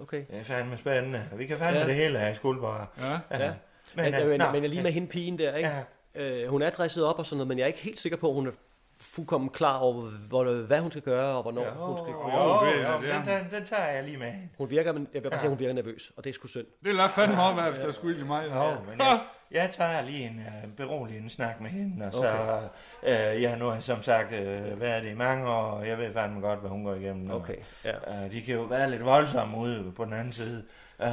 Okay. Det er fandme spændende. Vi kan fandme ja. det hele her i Skuldborg. Ja. ja. Men, Men, men, øh, men, nå. men lige med hende pigen der, ikke? Ja. Øh, hun er dresset op og sådan noget, men jeg er ikke helt sikker på, at hun er fuldkommen klar over, hvor, hvad hun skal gøre, og hvornår Jo, hun skal jo, gøre jo, jo, den, den, den tager jeg lige med. Hun virker, men jeg vil Ja. bare sige, at hun virker nervøs, og det er sgu synd. Det lader fandme op, hvis der skulle i mig. Jo, men jeg, jeg tager lige en uh, beroligende snak med hende, og så... Okay. Øh, ja, nu har jeg som sagt øh, været det i mange år, og jeg ved fandme godt, hvad hun går igennem nu. Okay, ja. øh, de kan jo være lidt voldsomme ude på den anden side. Øh,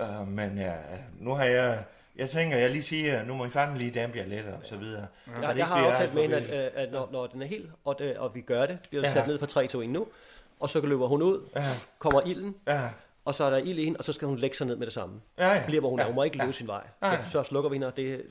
øh, men ja, nu har jeg... Jeg tænker, jeg lige siger, nu må I fandme lige dæmpe jer lidt, og så videre. Så det Jeg, ikke jeg har bliver alt aftalt for med hende, vildt. at, øh, at når, når den er helt, og, det, og vi gør det, bliver den Ja. sat ned fra 3, 2, 1 nu, og så løber hun ud, Ja. kommer ilden, Ja. og så er der ild i hende, og så skal hun lægge sig ned med det samme. Ja, ja. Bliver, hvor hun Ja, er. Hun må ikke ja. løbe sin vej. Ja, Så, ja. så slukker vi hende, og det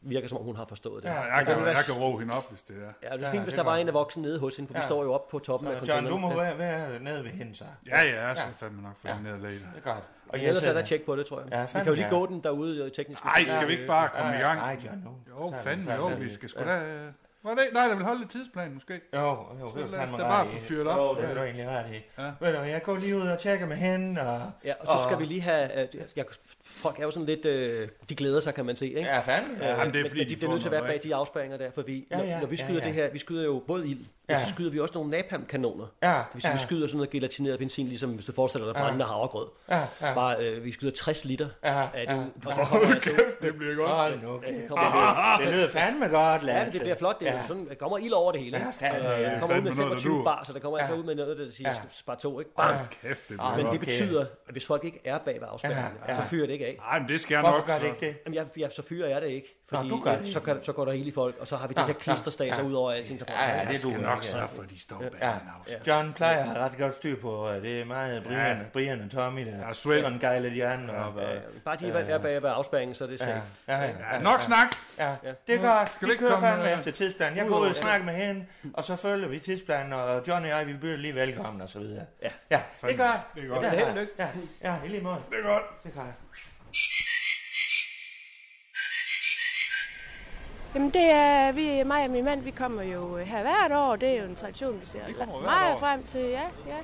virker som om, hun har forstået det. Ja, Men jeg det kan, ville være jeg kan roe hende op, hvis det er. Ja, det er fint, hvis der var en af voksne nede hos hende, for vi Ja. står jo oppe på toppen af Nå, John, du må containeren. være, være nede ved hende, så. Ja, ja, altså. jeg skal fandme nok få hende ned og lægge. Det er godt. Og jeg ellers er selv- der tjek på det, tror jeg. Ja, vi kan fandme jo lige ja. gå den derude øh, teknisk. Ej, skal vi ikke bare komme i gang? øh, Nej, John, nu. Jo, Så er vi fandme, jo, fandme- vi skal sgu Ja. da... øh, Var det, nej, der vil holde lidt tidsplan, måske. Jo, jo, så det er lad os fandme da bare ret i. få fyret op. Jo, det er du egentlig ret i. Ved du, jeg går lige ud og tjekker med hende, og... Ja, og så skal vi lige have... Øh, jeg, folk er jo sådan lidt... Øh, de glæder sig, kan man se, ikke? Ja, fandme. Øh, Ja, men, jamen, det det er er men, fordi, de de bliver får nødt til at være noget, bag ikke? de afspæringer der, for vi, Ja, når, ja, når vi ja, skyder ja. det her, vi skyder jo både ild, men Ja. så skyder vi også nogle napalmkanoner. Ja, det vil sige, ja. vi skyder sådan noget gelatineret benzin, ligesom hvis du forestiller dig Ja. brændende havregrød. Ja, ja. Bare, øh, vi skyder 60 liter Ja, af det ja. ud. og Nå, det kommer altså ud. det bliver Hold nu kæft. det Det kommer- lyder- Det lyder fandme godt, Ja, men Lasse. det bliver flot. Det er Ja. jo sådan, der kommer ild over det hele. Ja, ikke? fandme, ja. Øh, det kommer ud med Fandme noget, der 25 dur. bar, så der kommer altså Ja. ud med noget, der siger Ja. spar to, ikke? Bang! Ja, kæft, det Men bliver godt. det betyder, at hvis folk ikke er bag ved afspærringen, Ja, ja. så fyrer det ikke af. Nej, men det skal jeg Hvorfor nok, gør så. det ikke det? Jamen, jeg, jeg, så fyrer jeg det ikke, fordi Nå, du gør øh, det. så, kan, så går der hele i folk, og så har vi Nå, det her nå, klisterstaser ja. ud over alting, der Ja, ja, det du ja. John plejer at have ret godt styr på, og det er meget Brian, Ja. Brian og Tommy, der Ja, Svend. sådan gejler de andre op. og- Bare de Øh, er bag ved afspærringen, så er det Ja, safe. ja, ja, ja, nok snak! Ja, det er Nu godt. skal Vi vi ikke kører komme, fandme øh, efter tidsplanen. Jeg går udover ud og det. snakker med hende, og så følger vi tidsplanen, og John og jeg, vi byder lige velkommen og så videre. Ja, ja det er Fandme. godt. Det er godt. Ja, Held og ja, ja, ja, i lige måde. Det er godt. Det er godt. Jamen det er vi, mig og min mand, vi kommer jo øh, her hvert år. Det er jo en tradition, vi ser hvert meget år. frem til. Ja, ja.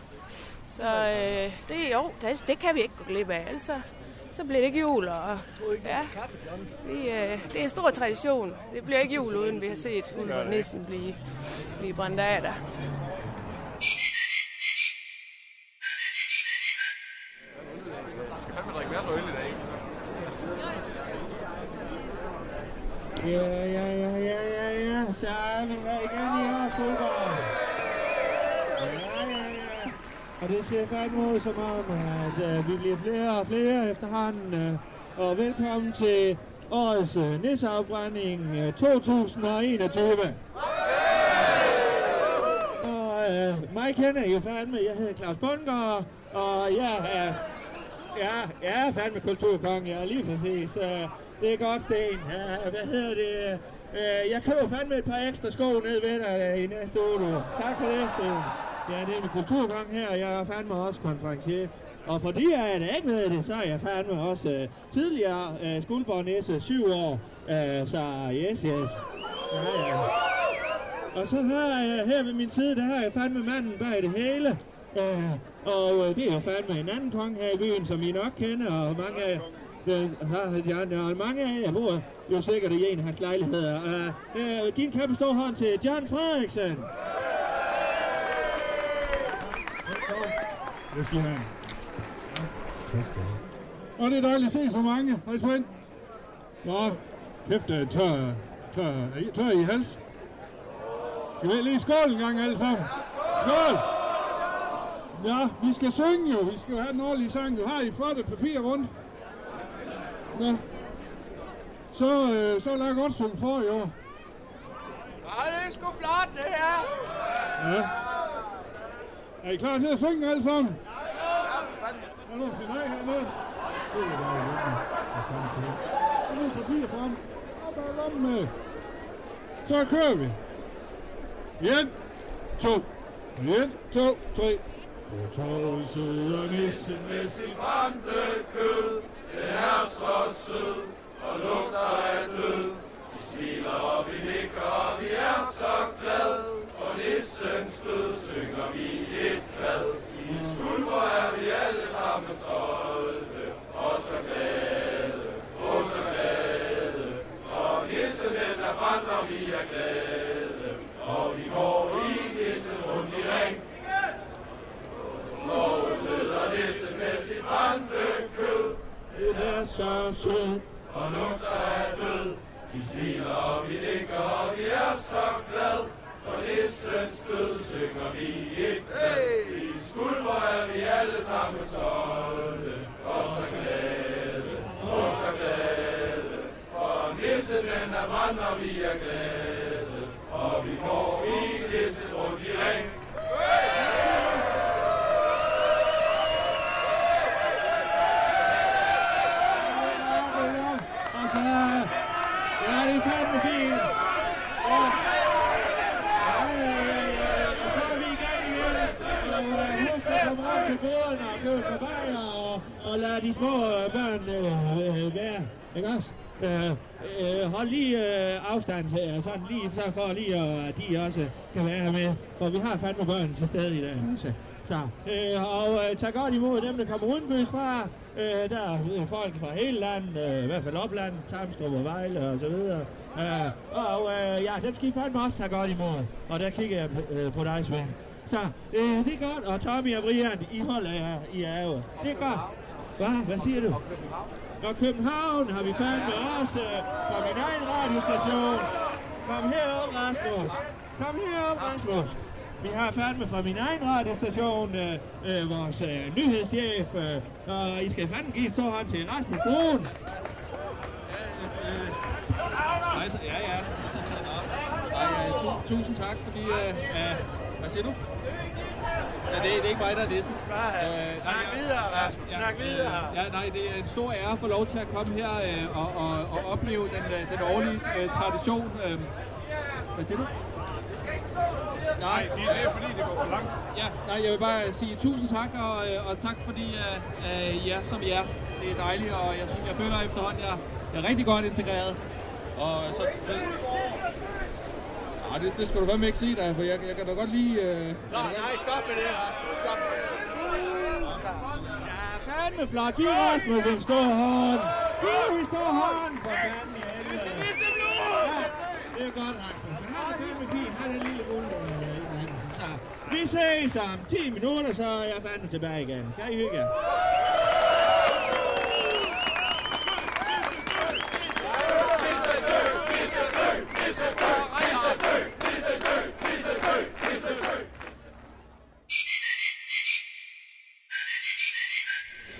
Så øh, det, jo, det, det kan vi ikke gå glip af, altså. Så bliver det ikke jul, og ja, vi, øh, det er en stor tradition. Det bliver ikke jul, uden vi har set skulden og næsten blive, blive brændt af der. skal fandme drikke mere så øl i dag. Ja, ja, ja, ja, ja, ja. Så er vi her igen i år, Skuldborg. Ja, ja, ja. Og det ser fandme ud som om, at øh, vi bliver flere og flere efterhånden. Øh, og velkommen til årets øh, nisseafbrænding øh, 2021. Og øh, mig kender I jo fandme. Jeg hedder Claus Bundgaard, og jeg er, ja, jeg er fandme kulturkonge, jeg er lige præcis. Øh, det er godt, Sten. Øh, hvad hedder det? Øh, jeg køber fandme et par ekstra sko ned ved dig øh, i næste uge. du. Tak for det, Sten. Ja, det er en kulturgang her, og jeg er fandme også konferencier. Og fordi jeg er ikke ved det, så er jeg fandme også øh, tidligere øh, skuldborgnæse, syv år. Øh, så yes, yes. Ja, ja. Og så har jeg her ved min side, der har jeg fandme manden bag det hele. Øh, og øh, det er jo fandme en anden konge her i byen, som I nok kender, og mange af øh, har- ja, og mange af jer bor jo sikkert i en af hans lejligheder. Øh, øh, giv en kæmpe stor hånd til John Frederiksen. Det skal han. Og det er dejligt at se så mange. Hej Svend. Nå, kæft, øh, tør, tør, tør i hals. Skal vi lige skål en gang alle sammen? Skål! Ja, vi skal synge jo. Vi skal jo have den årlige sang. Jo, har I flotte papir rundt? Ja. Så, øh, så lad jeg godt synge for i år. Nej, det er sgu flot, det her. Ja. Er I klar til at synge alle sammen? Er der nogen, der siger nej hernede? Det er der i lommen. Der kommer til. Der er nogle papirer frem. Op ad lommen med. Så kører vi. 1, 2, 1, 2, 3. På torvet sidder nissen med sin Brændte kød, den er så sød og lugter af død. Vi smiler og vi nikker, og vi er så glade. For nissens død synger vi et kvad. I skulper er vi alle sammen stolte og så glade, og så glade. For nissen den er brændt, og vi er glade. Og vi går i nissen rundt i ring. Hvor sidder nissen med sit brændte kød. Den er så sød. og lugter af død. Vi smiler og vi ligger, og vi er så glad. For nissens død synger vi et hey! I skuldre er vi alle sammen stolte og så glade, og så glade. For nissen den er brand, og vi er glade. Og vi går i nissen rundt i ring. Altså, ja, det er fandme fint. Ja. Ja, ja, ja, ja. Og så er vi i gang igen. Så øh, husk at komme op til båden og købe kabajer og, og lade de små øh, børn øh, øh, være. Ikke også? Øh, øh, hold lige øh, afstand til jer, sådan lige så for lige, at de også kan være her med. For vi har fandme børn til stede i dag også. Så, øh, og øh, tag godt imod dem, der kommer rundt fra. Øh, der er folk fra hele landet, øh, i hvert fald opland, Tamstrup og Vejle og så videre. Øh, og øh, ja, dem skal I fandme også tage godt imod. Og der kigger jeg øh, på dig, Svend. Så, øh, det er godt, og Tommy og Brian, I holder jer i ærve. Det er godt. Hvad? Hvad siger du? Og København har vi fandme også øh, fra min egen radiostation. Kom herop, Rasmus. Kom herop, Rasmus. Vi har fandme fra min egen radiostation øh, øh, vores øh, nyhedschef, øh, og I skal fandme give så hånd til Rasmus Brun. Nej, så, ja, ja. Nej, ja, tu- tusind tak, fordi... Øh, ja, hvad siger du? Ja, det, det er ikke mig, der er næsten. Øh, nej, Snak videre, Rasmus. ja, Snak øh, videre. Ja, nej, det er en stor ære at få lov til at komme her øh, og, og, og opleve den, øh, den årlige øh, tradition. Øh, hvad siger du? Nej, det er fordi, det går for langt. Ja, nej, jeg vil bare sige tusind tak, og, øh, og tak fordi øh, øh, jer som jer. Det er dejligt, og jeg, synes, jeg føler efterhånden, jeg, jeg er rigtig godt integreret. Og så... Det, nej, det, det skal du fandme ikke sige dig, for jeg, jeg kan da godt lige... Øh, Nå, nej, stop med det, Rasmus. Stop med det. Fandme flot, giv Rasmus en stor hånd. Giv en stor hånd. For fanden i helvede. Ja, det er godt, Rasmus. Men har det fandme fint. Har det lille guld. Så, Vi ses om 10 minutter, så er jeg fandme tilbage igen. Kan I hygge jer?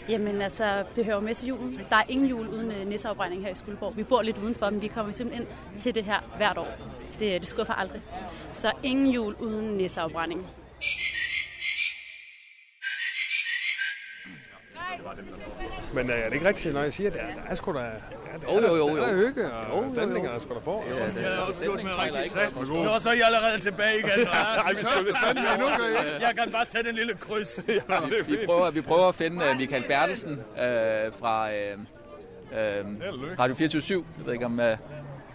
Jamen altså, det hører jo med til julen. Der er ingen jul uden øh, nisseafbrænding her i Skuldborg. Vi bor lidt udenfor, men vi kommer simpelthen til det her hvert år. Det, det skuffer aldrig. Så ingen jul uden nisseafbrænding. Men øh, er det ikke rigtigt, når jeg siger, at der, der er sgu da... Ja, der, Jo, er, jo, der- jo, Der er jo. hygge, og Jo, jo, jo. danninger er sgu da på. altså. Ja, det- Jeg havde også gjort med rigtig sat. Nå, Nå, så er I allerede tilbage igen. Nej, vi skal Først- fandme endnu, gør I ikke? Jeg kan bare sætte en lille kryds. Vi prøver, vi prøver at finde uh, Michael Bertelsen øh, fra øh, øh, Radio 24 Jeg ved ikke om... Øh,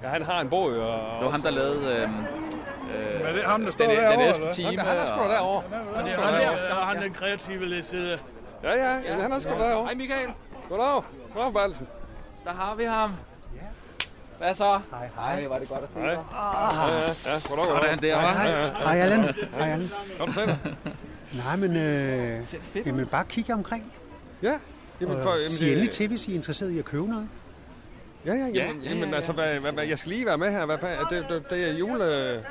ja, han har en bog, og... Det var ham, der lavede... Øh, øh, Er det ham, der står den, derovre, Den eller 11. hvad? time. Han er- han er sgu da og- derovre. Han Og er det sgu er da ham, derovre. der, han den kreative lidt side. Ja, ja, ja. han er sgu da derovre. Hej Michael. Goddag. Goddag, Bertelsen. Der har vi ham. Hvad så? Hej, hej. var det godt at se Hej. dig. Ja, ja, ja. Goddag, goddag. Sådan der, hva'? Ja, ja, ja. Hej, Allan. Hej, Allan. Godt, du selv. Nej, men øh, jamen, bare kigge omkring. Ja. Jamen, for- og jamen, sig det- endelig til, hvis I er interesseret i at købe noget. Ja, ja, jamen, jamen altså, hvad, hvad, hvad, jeg skal lige være med her. Hvad fanden, det, det, det er jule,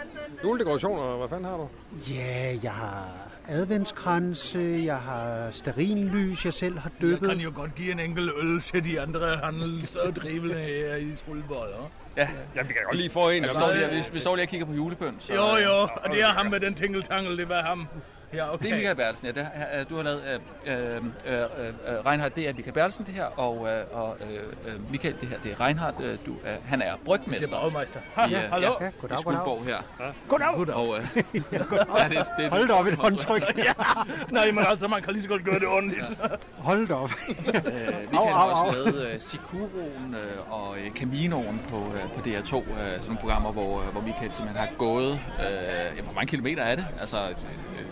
juledekorationer, hvad fanden har du? Ja, jeg har adventskranse, jeg har sterinlys, jeg selv har Jeg dyppet. kan jo godt give en enkelt øl til de andre handels og drivende her i Skuldborg. Ja. ja, vi kan godt lige få en, Vi og står så- lige, vi, vi står lige og kigger på julebøn. Jo, jo, og det er ham med den tingeltangel, det var ham. Ja, Ah, okay. Det er Michael Bertelsen, ja. Det, er- du har lavet, øh, øh, øh, øh, Reinhardt, det er Michael Bertelsen, det her, og, øh, og øh, øh, Michael, det her, det er Reinhardt, øh, du, er, han er brygmester. Det er brygmester. I, øh, Hallo. Ja, Ja, i goddag, Skuldborg her. Goddag. Og, øh, ja, det, det, Hold da op, et håndtryk. ja. Nej, men altså, man kan lige så godt gøre det ordentligt. Hold da op. Øh, Michael har også lavet øh, Sikuroen øh, og øh, Caminoen på, øh, på DR2, øh, sådan nogle programmer, hvor, øh, hvor Michael simpelthen har gået, øh, ja, hvor mange kilometer er det? Altså, øh,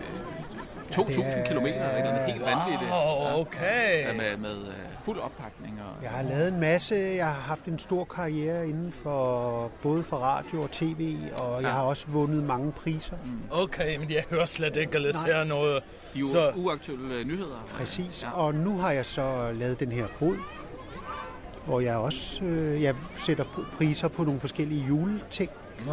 øh, 2.000 kilometer, eller et eller andet helt Wow, vanvittigt. okay. Ja, med med øh, fuld oppakning. Og, Jeg har lavet en masse, jeg har haft en stor karriere inden for både for radio og tv, og jeg har også vundet mange priser. Mm. Okay, men jeg hører slet ikke eller Nej. ser noget. De er jo Så- uaktuelle øh, nyheder. Præcis, og nu har jeg så øh, lavet den her bod, hvor jeg også øh, jeg sætter p- priser på nogle forskellige juleting. Nå.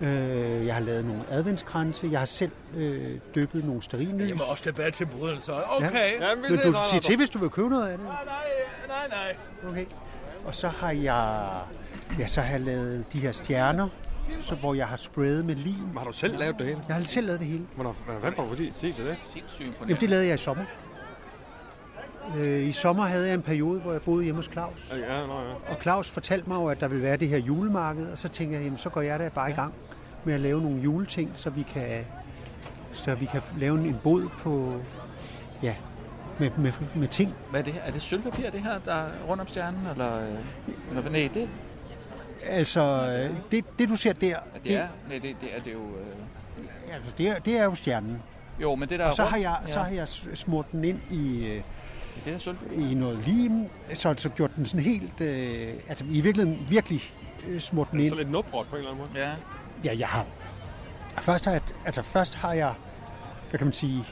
Øh, jeg har lavet nogle adventskranse, jeg har selv øh, dyppet nogle sterinlys. Jamen også tilbage til bruden, så okay. Ja. Vil du sige til, hvis du vil købe noget af det? Nej, nej. Okay. Og så har jeg, ja, så har jeg lavet de her stjerner, så, hvor jeg har sprayet med lim. Har du selv lavet det hele? Jeg har selv lavet det hele. Hvornår, hvad får du fordi? Se til det. Sindssygt Jamen, det lavede jeg i sommer. Øh, I sommer havde jeg en periode, hvor jeg boede hjemme hos Claus. Ja, nå, ja. Og Claus fortalte mig jo, at der ville være det her julemarked, og så tænker jeg, jamen, så går jeg da bare i gang med at lave nogle juleting, så vi kan, så vi kan lave en bod på, ja, med, med, med ting. Hvad er det her? Er det sølvpapir, det her, der er rundt om stjernen? Eller, øh, eller hvad? Nej, det, Altså, øh, det, det du ser der, ja, det, det, er, nej, det, det er det er jo... Øh, altså, det, er, det er jo stjernen. jo, men det der og så er rundt, har, jeg, ja. så har jeg s- smurt den ind i, øh, Det er sølv. i noget lim, så, så gjort den sådan helt, øh, altså i virkeligheden virkelig øh, smurt den ind. Sådan lidt nubråt på en eller anden måde. Ja. Ja, jeg har. Først har jeg, altså først har jeg, hvad kan man sige,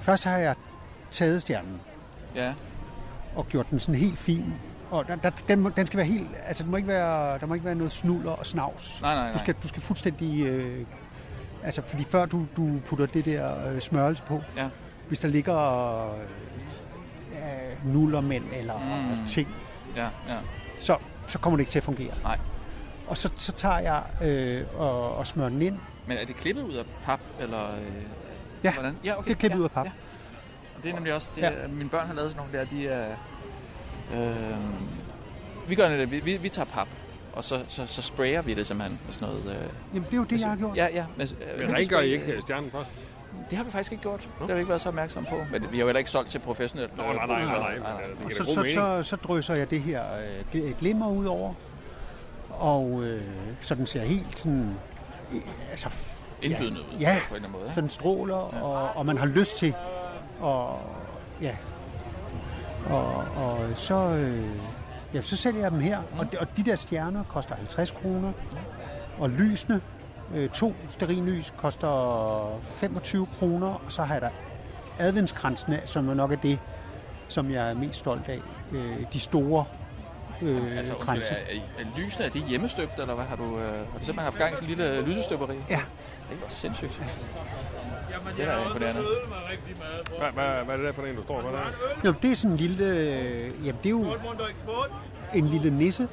først har jeg taget stjernen Ja. og gjort den sådan helt fin. Og der, der, den, må, den skal være helt, altså den må ikke være, der må ikke være noget snuller og snavs. Nej, nej, nej. Du skal, du skal fuldstændig, øh, altså fordi før du, du putter det der øh, smørelse på, Ja. hvis der ligger øh, nullermænd eller Mm. mm. ting, Ja, ja. så, så kommer det ikke til at fungere. Nej. Og så, så tager jeg øh, og, og smører den ind, Men er det klippet ud af pap, eller... Øh, Ja, hvordan? ja okay. det er klippet ja, ud af pap. Ja. Og det er nemlig også... Det, ja. Ja. Mine børn har lavet sådan nogle der, de er... Øh, vi gør det, vi, vi, vi tager pap, og så, så, så sprayer vi det simpelthen med sådan noget... Øh, Jamen, det er jo det, jeg har gjort. Ja, ja. Men, Men rengør I ikke øh, stjernen først? Det har vi faktisk ikke gjort. Det har vi ikke været så opmærksom på. Men vi har jo heller ikke solgt til professionelt. Nå, nej, nej, nej, nej. Det Og så, så, så, så drysser jeg det her øh, gl- glimmer ud over, og øh, så den ser helt sådan... øh, Altså, Indbydende ud, ja, på en eller anden måde, ikke? så den stråler, og, og man har lyst til. Og, ja. og, og så, øh, ja, så sælger jeg dem her, og, de- og de der stjerner koster 50 kroner, og lysene, øh, to sterinlys, koster 25 kroner, og så har jeg der adventskransen af, som jo nok er det, som jeg er mest stolt af. Øh, de store øh, Altså, undskyld, kranse. er, er, er lysene, er de hjemmestøbt, eller hvad? Har du, øh, har du simpelthen haft gang i sådan en lille lysestøberi? Ja. Det var sindssygt. Jamen, Det er da imponerende. Hvad, hvad, hvad er det der for en, du står med der? Jo, det er sådan en lille... Øh, jamen, det er jo en lille nisse,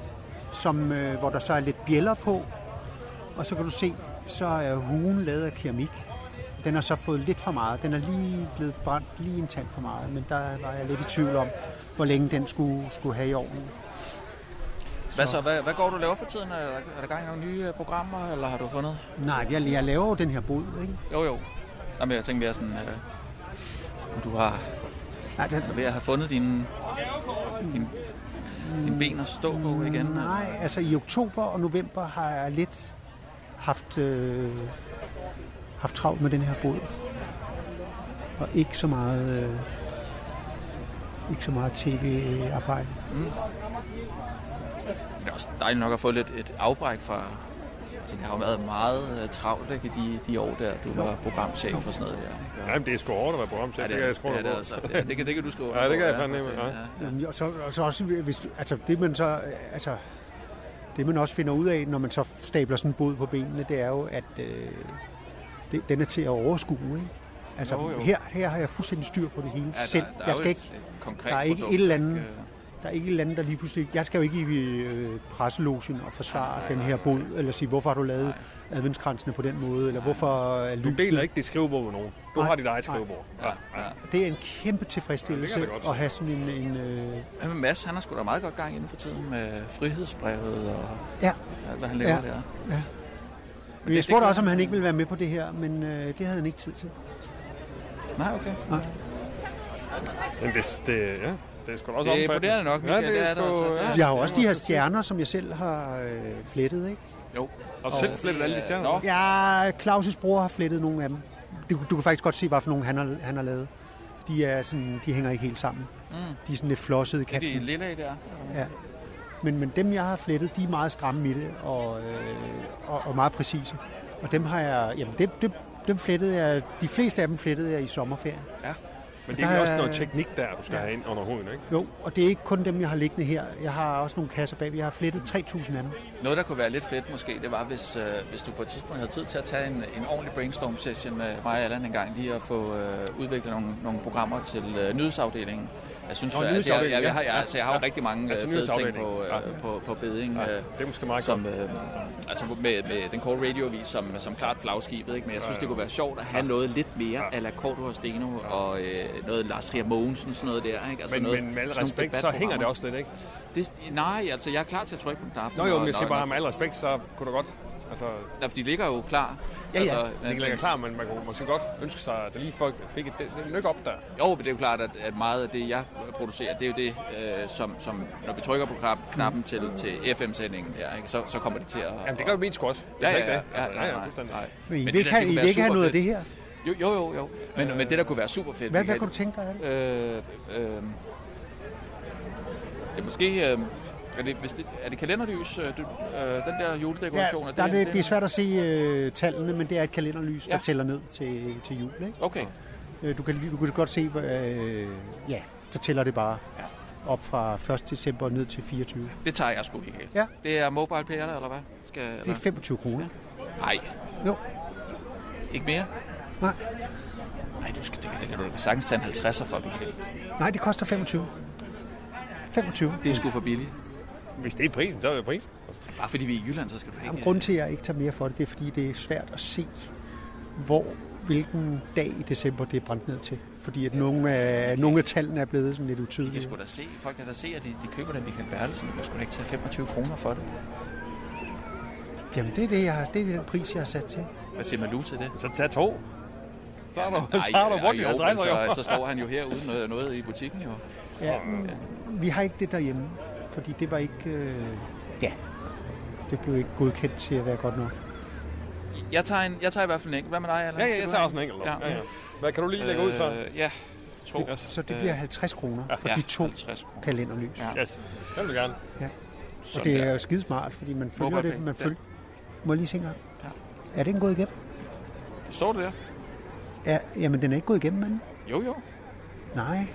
som, øh, hvor der så er lidt bjæller på. Og så kan du se, så er huen lavet af keramik. Den har så fået lidt for meget. Den er lige blevet brændt lige en tand for meget. Men der var jeg lidt i tvivl om, hvor længe den skulle, skulle have i ovnen. Hvad så? Hvad, hvad går du og laver for tiden? Er der, er der gang i nogle nye øh, programmer, eller har du fundet? Nej, jeg, jeg laver jo den her bod, ikke? Jo, jo. Jamen, jeg tænkte mere sådan, øh, om du har Nej, det... ved at have fundet dine, dine, dine ben at stå på igen. Nej, altså i oktober og november har jeg lidt haft, øh, haft travlt med den her båd. Og ikke så meget, øh, ikke så meget tv-arbejde. Mm. Det er også dejligt nok at få lidt et afbræk fra... Altså, det har jo været meget øh, travlt ikke, i de, de år der, du var programchef og sådan noget der. ikke? Jamen, det er sgu hårdt at være programchef. Ja, det det, kan er- jeg sgu det er under det på. altså. Det- det kan- det kan du sgu under Ja, det på, kan jeg ja, fandme. præcis, Ja. ja. Jamen, og så, og så også, hvis, du- altså det man så, øh, altså det man også finder ud af, når man så stabler sådan en båd på benene, det er jo, at øh, det, den er til at overskue, ikke? Altså, Jo, jo. Her, her har jeg fuldstændig styr på det hele Ja, der- selv. der er jeg jo skal et- ikke, et konkret der er ikke produkt, et eller andet, ikke, der er ikke et eller andet, der lige pludselig... Jeg skal jo ikke i øh, presselogen og forsvare den her bod, eller sige, hvorfor har du lavet adventskransene på den måde, eller hvorfor er Du lysene- deler ikke dit skrivebord med nogen. Du Nej, har dit eget nej. skrivebord. Ja, ja. Det er en kæmpe Ja, tilfredsstillelse det kan jeg godt at have sådan en... en øh, Men Mads, han har sgu da meget godt gang inden for tiden med frihedsbrevet og Ja. alt, hvad han laver Ja. der. Ja. Men det- Jeg spurgte det- også, om han ikke ville være med på det her, men øh, det havde han ikke tid til. Nej, okay. Nej. Men det, det, ja, det er sgu da også Det er omfattende. imponerende nok, ja, Michael, det det er, er sgu, der altså. ja. Ja. De har jo også de her stjerner, som jeg selv har øh, flettet, ikke? Jo. Og selv flippet øh, alle de stjerner. Nå. Ja, Claus' bror har flettet nogle af dem. Du, du kan faktisk godt se, hvad for nogle han har, han har lavet. De, er sådan, de hænger ikke helt sammen. Mm. De er sådan lidt flossede i Er kanten. det lilla i der? Ja. Men, men dem, jeg har flettet, de er meget stramme i det, og, øh, og, og meget præcise. Og dem har jeg... Jamen, dem, dem, dem flettede jeg... De fleste af dem flettede jeg i sommerferien. Ja. Men det er Der jo også er- noget teknik der, du skal have ind under huden, ikke? Jo, og det er ikke kun dem, jeg har liggende her. Jeg har også nogle kasser bag. Jeg har flettet 3.000 af dem. Noget, der kunne være lidt fedt måske, det var, hvis, øh, hvis du på et tidspunkt havde tid til at tage en, en ordentlig brainstorm-session med mig og Allan en gang, lige at få øh, udviklet nogle, nogle programmer til øh, nyhedsafdelingen. Jeg synes, Nå, Nå, altså, jeg, jeg, jeg, nyhedsafdelingen, jeg, har, jeg, ja. altså, jeg har jo Ja. rigtig mange Ja, øh, til fede ting nyhedsafdelingen. på, øh, Ja. på, på beding, øh, det er måske meget som, øh, altså med, med den korte radioavis som, som klart flagskibet, ikke? men jeg synes, Ja, ja. det kunne være sjovt at have Ja. noget lidt mere ja. ala Korto og Steno og øh, noget Lars Trier Mogensen, sådan noget der. Ikke? Altså Men- noget, men med al sådan nogle respekt, så hænger det debatprogrammer. også lidt, ikke? Det, nej, altså jeg er klar til at trykke på knappen. Nå jo, og- men jeg siger når- bare, med al respekt, så kunne du godt... Altså, Ja, for de ligger jo Ja, klar. ja. Altså, Altså, det ligger klar, men man kunne måske godt ønske sig, at lige folk fik et et nyk op der. Jo, men det er jo klart, at, at meget af det, jeg producerer, det er jo det, øh, som, som når vi trykker på knap- knappen til, til FM-sendingen, der, ikke, så, så kommer det til at... Jamen, det gør jo min squat. Ja, ja, ikke ja. det. ja, Altså, nej, nej, fuldstændig. nej. Men I det vil ikke der, have- det kunne I vil være ikke have noget af det superfedt. her? Øh. Jo, jo, jo. jo. Men, men det, der kunne være super fedt... Hvad- hvad kunne du tænke dig af Øh, øh, det er måske... Øh, er det, hvis det, er det kalenderlys, øh, du, øh, den der juledekoration? der er det, det er svært at se øh, tallene, men det er et kalenderlys, ja. Ja. der tæller ned til, til jul. Ikke? Okay. Øh, Du kan, lige- du kan godt se, hvor, øh, ja, så tæller det bare ja. op fra 1. december ned til 24. Det tager jeg sgu, Michael. Ja. Det er mobile player, eller hvad? Skal, Det er eller? 25 kroner. Nej. Jo. Ikke mere? Nej. Nej, du skal, det, det kan du da sagtens tage en 50'er for, Michael. Nej, det koster 25. 25. Det er sgu for billigt. Hvis det er prisen, så er det prisen. Bare fordi vi er i Jylland, så skal du ikke... øh, Jamen, grunden til, at jeg ikke tager mere for det, det er, fordi det er svært at se, hvor, hvilken dag i december det er brændt ned til. Fordi at nogle af, nogle af tallene er blevet sådan lidt De kan utydelige. sgu da se, folk kan da se, at de, de køber den Michael Bertelsen. Du skulle da ikke tage 25 kroner for det. Jamen, det er, det, jeg, det er den pris, jeg har sat til. Hvad siger Malou til det? Så tag to. Så er der, Nej, så er der nej, rundt i jo, men 50 så, jo. så står han jo her uden noget, noget i butikken jo. Ja, øh, vi har ikke det derhjemme, fordi det var ikke... Øh, ja, det blev ikke godkendt til at være godt nok. Jeg tager, en, jeg tager i hvert fald en enkelt. Hvad med dig, Allan? Ja, ja, Skal jeg du tager have også en enkelt. Ja, ja. Hvad kan du lige lægge ud så? Øh, ja, to. Så det bliver 50 kroner for de to kalenderlys. Ja. Yes, det vil vi gerne. Ja. Og Sådan det der. er jo skidesmart, fordi man følger Mobile det. pay. Man Ja. følger. Må jeg lige se en gang? Ja. Er den gået igennem? Det står det der. Ja, jamen, den er ikke gået igennem, men Jo, jo. Nej.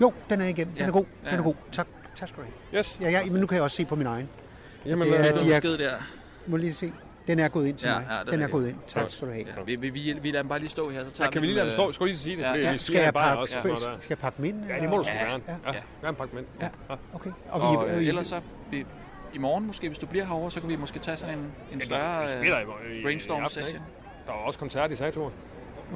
Jo, den er igennem. Den Ja. er god. Ja. Den er god. Tak, tak skal du have. Yes. Ja, ja, men nu kan jeg også se på min egen. Jamen, Det hvad- de Du besked der. Må lige se. Den er gået ind til Ja, mig. ja, det er den er rigtigt. gået ind. Tak Godt. skal du have. Ja, vi, vi, vi, vi lader dem bare lige stå her, så tager øh, Ja, kan vi lige lade dem dem, stå? Skulle lige sige det, fordi vi Ja, skal skal, have jeg bare pakke, også. skal, sådan noget der. skal jeg pakke øh, dem ind? Ja, det må du sgu Ja. gerne. Ja. Ja, gerne pakke dem ind. Ja, øh, okay. Og, Og vi, vi- og og I- ellers så, vi, i morgen måske, hvis du bliver herover, så kan vi måske tage sådan en, en vi større spiller i- i- øh, i brainstorm aften, session. Der var også koncert i Saturn.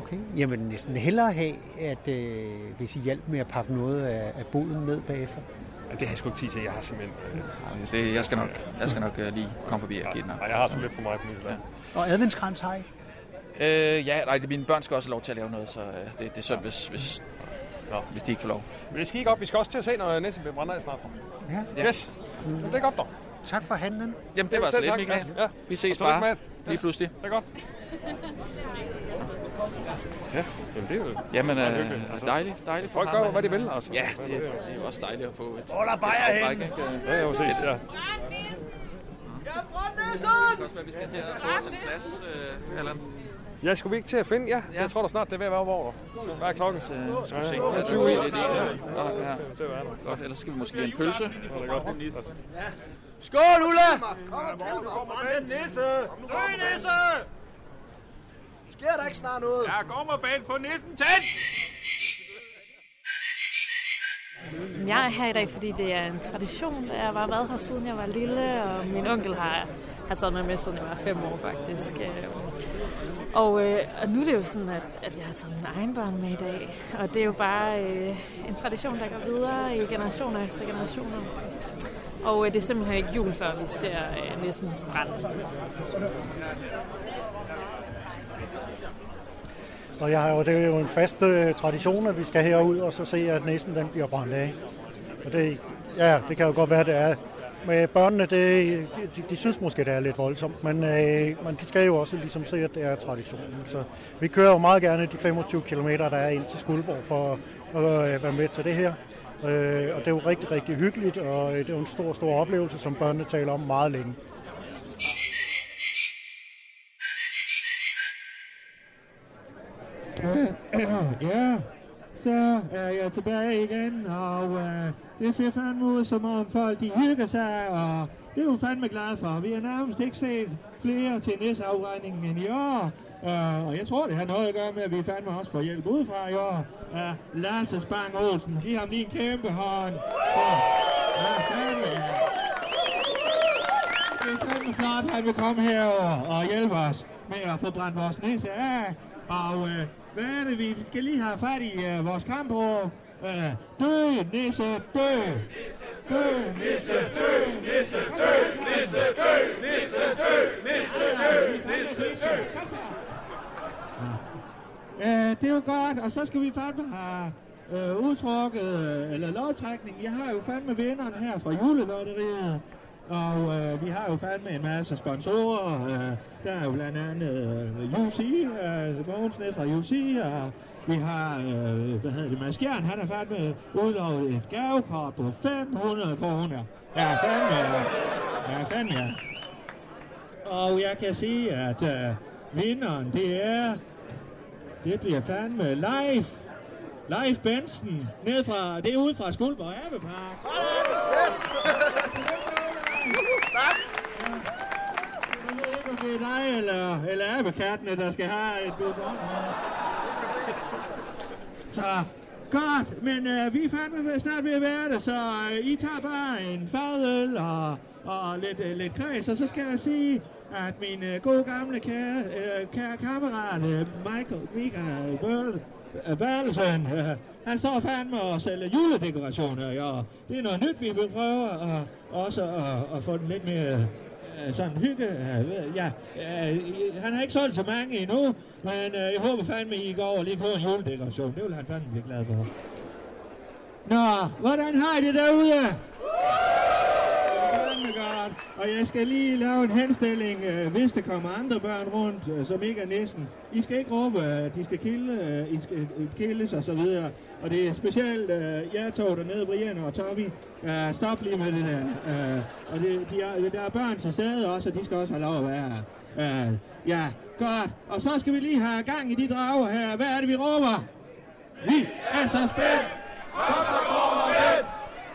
Okay. Jamen næsten hellere have, at øh, hvis I hjalp med at pakke noget af, af boden ned bagefter. Ja, det har jeg sgu ikke tid til. Jeg har simpelthen... øh, Det, jeg skal nok, jeg skal nok øh, lige komme forbi og give den op. Nej, jeg har sgu lidt for meget på min plan. Og adventskrans har I? Øh, ja, nej, det, mine børn skal også have lov til at lave noget, så øh, det, det er synd, hvis, hvis, hvis de ikke får lov. Men det skal ikke op. Vi skal også til at se, når Næsten bliver brændt af snart. Ja. Yes. Mm. Jamen, det er godt dog. Tak for handlen. Jamen, det var så Selv lidt, tak. Michael. Ja. Vi ses Og tillykke bare. med det. Lige pludselig. Det er godt. Ja, jamen det er jo... Jamen, meget øh, hyggeligt. altså. dejligt, dejligt for Folk ham, gør jo, at hvad de han- øh, vil, altså. Ja, det, det er jo også dejligt at få et... Hvor er der bajer et afbræk, henne? ikke? Ja, jo, ses, ja. Det kan også være, vi skal til at få os en plads, øh, Allan. Ja, skulle vi ikke til at finde? Ja, jeg tror da snart, det er ved at være over. Hvad er klokken? Så Øh, skal vi se. Ja, Ja, 20 20 i. i. Ja, Godt, ellers skal vi måske have en pølse. det er godt. Skål, Ulla! Kom og brænde næse! Kom nu, kom og brænde næse! Sker der ikke snart noget? Der er gummerbane på næsten tæt! Jeg er her i dag, fordi det er en tradition. Jeg har været her siden jeg var lille, og min onkel har, har taget mig med, siden jeg var fem år faktisk. Øh, Og, øh, og nu er det jo sådan, at, at jeg har taget mine egne børn med i dag. Og det er jo bare øh, en tradition, der går videre i generationer efter generationer. Og øh, det er simpelthen ikke jul, før vi ser øh, næsten brænde. Så jeg har jo, det er jo en fast øh, tradition, at vi skal herud og så se, at næsten den bliver brændt af. Og det, ja, det kan jo godt være, det er. Med børnene, det, de, de, de synes måske, det er lidt voldsomt, men, øh, men de skal jo også ligesom se, at det er traditionen. Så vi kører jo meget gerne de 25 km, der er ind til Skuldborg for at øh, være med til det her. Øh, og det er jo rigtig, rigtig hyggeligt, og øh, det er jo en stor, stor oplevelse, som børnene taler om meget længe. ja, så er jeg tilbage igen, og øh, det ser fandme ud som om folk de hygger sig, og det er vi fandme glade for. Vi har nærmest ikke set flere til næstafregningen end i år, øh, og jeg tror, det har noget at gøre med, at vi fandme også får hjælp udefra i år. Øh, Lasse Spang Olsen, giv ham lige en kæmpe hånd. Ja, ja, fandme, ja. Det er fandme flot, at han vil komme herover og hjælpe os med at få brændt vores næse af. Og øh, hvad er det, vi skal lige have fat i øh, vores kampråb? Øh, dø, næse, dø! Dø, Nisse dø, nisse dø, nisse dø, nisse dø, nisse dø, nisse dø. Øh, det er jo godt, og så skal vi fandme have øh, udtrukket, øh, eller lodtrækning. Jeg har jo fandme vinderen her fra julelotteriet. Og øh, vi har jo fandme en masse sponsorer. Øh, der er jo blandt andet øh, UC, øh, Mogens ned fra UC, og vi har, øh, hvad hedder det, Mads Gjern, han har fandme udlovet et gavekort på 500 kroner. Ja, fandme, ja. Ja, fandme, ja. Og jeg kan sige, at øh, vinderen, det er... Det bliver fandme live. Live Benson, ned fra, det er ude fra Skuldborg Abbepark. Yes! Tak! Om Det er dig eller, eller abbekattene, der skal have et godt ord. Så godt, men øh, vi er fandme ved- snart ved at være det, så øh, I tager bare en fadøl og, og lidt, øh, lidt kreds, og så skal jeg sige, at min øh, gode gamle kære, øh, kære kammerat, øh, Michael, Michael Bøl, øh, Berlesen, øh, han står fandme og sælger juledekorationer i år. Det er noget nyt, vi vil prøve at, også at, at få den lidt mere øh, sådan hygge. øh, ved- Ja, øh, han har ikke solgt så mange endnu, men øh, jeg håber fandme, I går over og lige køber en juledekoration. Det vil han fandme blive glad for. Nå, hvordan har I det derude? Fandme godt. Og jeg skal lige lave en henstilling, øh, hvis der kommer andre børn rundt, øh, som ikke er næsten. I skal ikke råbe, øh, de skal kilde, øh, I skal øh, kildes og så videre. Og det er specielt øh, jer to dernede, Brian og Tommy. Øh, stop lige med det der. Øh, og det, de er, øh, der er børn til stede også, og de skal også have lov at være her. Øh, ja, godt. Og så skal vi lige have gang i de drager her. Hvad er det, vi råber? Vi er så spændt!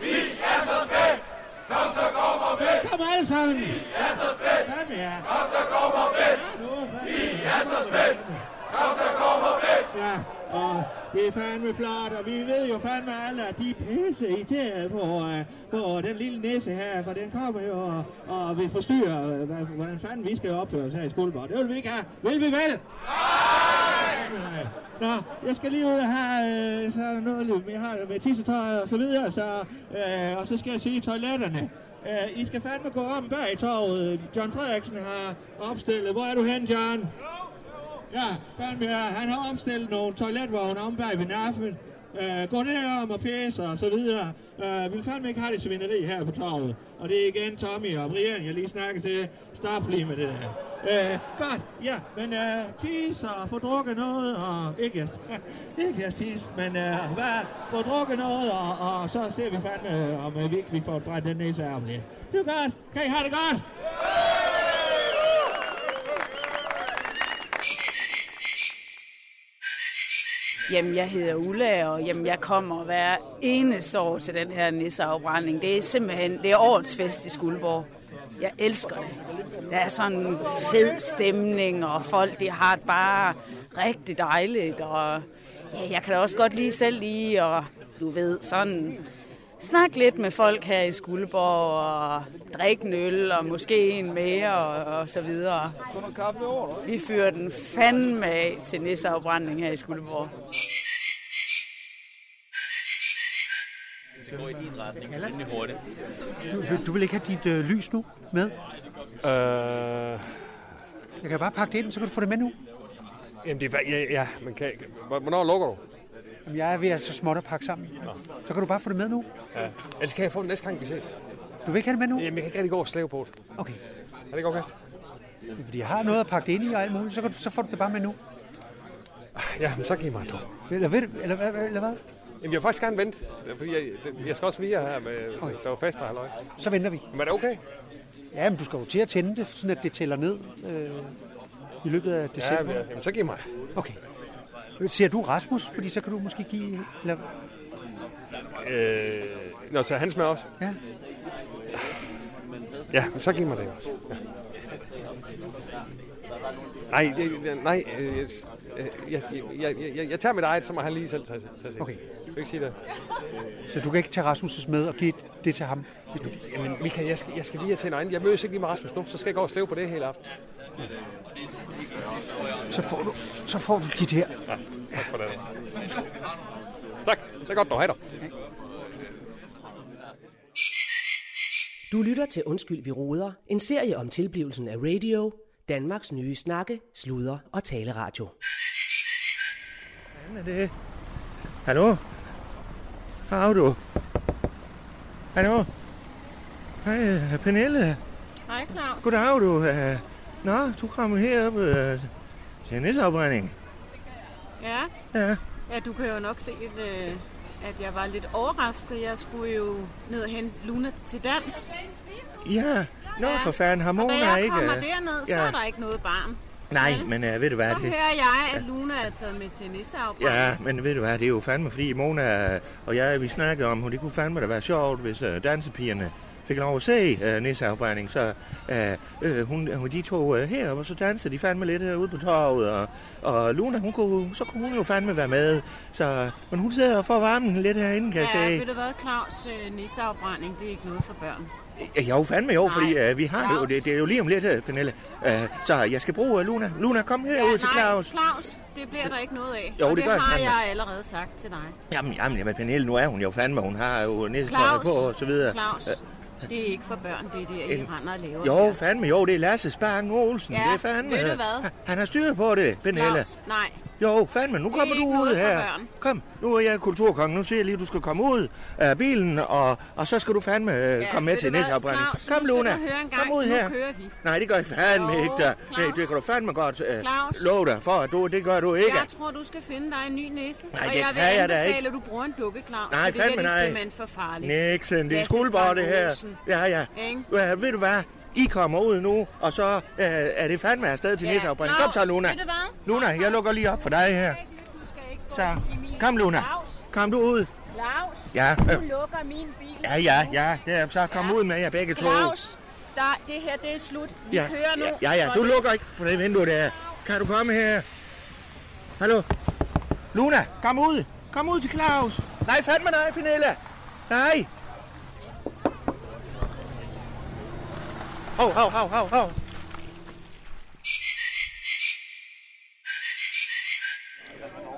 Vi er så spændt. Kom så gummerbane. Kom alle sammen! Vi er så spændt. Fandme, ja. Kom så gummerbane. Vi er så spændt. Kom så gummerbane. Ja, og det er fandme flot, og vi ved jo fandme alle, at de er pisse irriterede på, uh, på den lille næse her, for den kommer jo og, og vil forstyrre, øh, hvad- hvordan fanden vi skal opføre os her i Skuldborg. Det vil vi ikke have. Vil vi vel? Nej! Nå, jeg skal lige ud og have øh, så noget lidt mere har med tissetøj og så videre, så, øh, og så skal jeg sige toiletterne. Øh, I skal fandme gå om bag i torvet. John Frederiksen har opstillet. Hvor er du hen, John? Ja, fandme, ja. han har opstillet nogle toiletvogne om bag ved Naffen. Øh, gå ned om og pisse og så videre. Øh, vil fandme ikke have det svineri her på torvet. Og det er igen Tommy og Brian, jeg lige snakker til. Stop lige med det der. Øh, godt, ja, men øh, tis og få drukket noget, og ikke, ikke jeg tis, men øh, hvad, få drukket noget, og, og så ser vi fandme, øh, om øh, vi ikke vi får brændt den næse af om lidt. Det er godt, kan I have det godt? Jamen, jeg hedder Ulla, og jamen, jeg kommer hver eneste år til den her nisseafbrænding. Det er simpelthen det er årets fest i Skuldborg. Jeg elsker det. Der er sådan en fed stemning, og folk de har det bare rigtig dejligt. Og ja, jeg kan da også godt lige selv lige, og du ved, sådan snakke lidt med folk her i Skuldborg, og drikke en øl, og måske en mere, og, og så videre. Vi fyrer den fandme af til nisseafbrænding her i Skuldborg. Det går i din retning, rimelig hurtigt. Du, vil- du vil ikke have dit øh, lys nu med? Øh, Jeg kan bare pakke det ind, så kan du få det med nu. jamen, det er, bare- ja, ja, man kan ikke. Hvor- Hvornår lukker du? Jamen, jeg er ved at så småt at pakke sammen. Så kan du bare få det med nu. Ja. Ellers kan jeg få den næste gang, vi ses. Du vil ikke have det med nu? Jamen, jeg kan ikke rigtig gå og slæve på det. Okay. Er det ikke okay? Fordi jeg har noget at pakke det ind i og alt muligt, så, kan du, så får du det bare med nu. Ja, men så giv mig en dog. Eller, ved, du- eller, eller, eller hvad? Jamen, jeg vil faktisk gerne vente, fordi jeg, jeg skal også videre her med, okay. der var fest og halløj. Så venter vi. Men er det okay? Ja, men du skal jo til at tænde det, sådan at det tæller ned øh, i løbet af december. Ja, øh, jamen, så giv mig. Okay. Ser du Rasmus? Fordi så kan du måske give... Eller, Øh, nå, så hans med også? Ja. Ja, men så giv mig det også. Ja. Nej, det, det- nej, øh, jeg, jeg, jeg, jeg, jeg, jeg tager mit eget, så må han lige selv tage, tage sit. Okay. Skal vi ikke sige det? så du kan ikke tage Rasmus' med og give det til ham? Hvis du... Jamen, Michael, jeg skal, jeg skal lige have til en egen. Jeg mødes ikke lige med Rasmus nu, så skal jeg gå og slæve på det hele aften. Så får du, så får du dit her. Ja, tak for det. Tak, det er godt, du har dig. Du lytter til Undskyld, vi roder, en serie om tilblivelsen af radio, Danmarks nye snakke, sludre og taleradio. Hvad er det? Hallo? Har du? Hallo? Hej, øh, Pernille. Hej Claus. Goddag, du. Øh, Nå, du kommer herop øh, til nisseafbrænding. Ja. Ja. ja, du kan jo nok se, at, øh, at jeg var lidt overrasket. Jeg skulle jo ned og hente Luna til dans. Ja. Nå, Ja. for fanden, Og harmoner når er jeg ikke... kommer øh, derned, så er der ikke noget barn. Nej, men øh, ved du hvad, Så det... hører jeg, at Luna er taget med til nisseafbrænding. Ja, men ved du hvad, det er jo fandme, fordi Mona og jeg, vi snakkede om, at det kunne fandme da være sjovt, hvis øh, dansepigerne fik lov at se øh, nisseafbrænding, så øh, øh, hun, hun, de to øh, her, og så dansede de fandme lidt herude på torvet, og, og Luna, hun kunne, så kunne hun jo fandme være med, så, men hun sidder og får varmen lidt herinde, kan ja, jeg ved du hvad, Claus, øh, nisseafbrænding, det er ikke noget for børn. se. Jo, fandme jo, fordi øh, vi har det jo, Claus. det, det er jo lige om lidt, øh, Pernille, øh, så jeg skal bruge øh, Luna. Luna, kom herud til Claus. Claus, det bliver der ikke noget af. Jo, og det det gør jeg har fandme. jeg allerede sagt til dig. Jamen, jamen, jamen, Pernille, nu er hun jo fandme, hun har jo nissetøjet Claus, på, og så videre. Claus, Øh, det er ikke for børn, det er det, I En- render og laver. Jo, fandme, jo, det er Lasse Spang Olsen. Ja, det er fandme. ved du hvad? Han- Han har styr på det, Pernille. Claus, nej. Jo, fandme, nu Det er kommer ikke du ud noget for her. børn. Kom, nu er jeg kulturkongen. Nu siger jeg lige, at du skal komme ud af bilen, og, og så skal du fandme Ờ, ja, komme med ved til du hvad, næsteopbrænding. Claus, Kom, nu skal Luna. du høre en gang. Kom ud Nu her. kører vi. Nej, det gør jeg fandme Jo, ikke. Der. Nej, Claus. det kan du fandme godt øh, Claus. love dig for, at du, det gør du ikke. Jeg tror, du skal finde dig en ny nisse. Nej, og det jeg vil kan jeg da anbefale, ikke. at du bruger en dukke, Claus. Nej, for det fandme her, det nej. er simpelthen for farligt. Nixon, det er Lasse skuldbord, det Spang her. Olsen. Ja, ja. Ikke? Ja, ved du hvad? I kommer ud nu, og så øh, er det fandme afsted til Ja, nisseafbrænding. Kom så, Claus, Luna. ved du hvad? Luna, jeg lukker lige op for dig her. Så, kom Luna. Kom du ud. Claus, Ja, du øh. lukker min bil. Ja, ja, ja. Det er, så kom ud med jer begge to. Claus, der, det her det er slut. Vi ja, kører nu. ja, ja, ja. for Du det- lukker ikke for det vindue der. Kan du komme her? Hallo? Luna, kom ud. Kom ud til Claus. Nej, fandme nej, Pernille. Nej. Hov, hov, hov, hov, hov.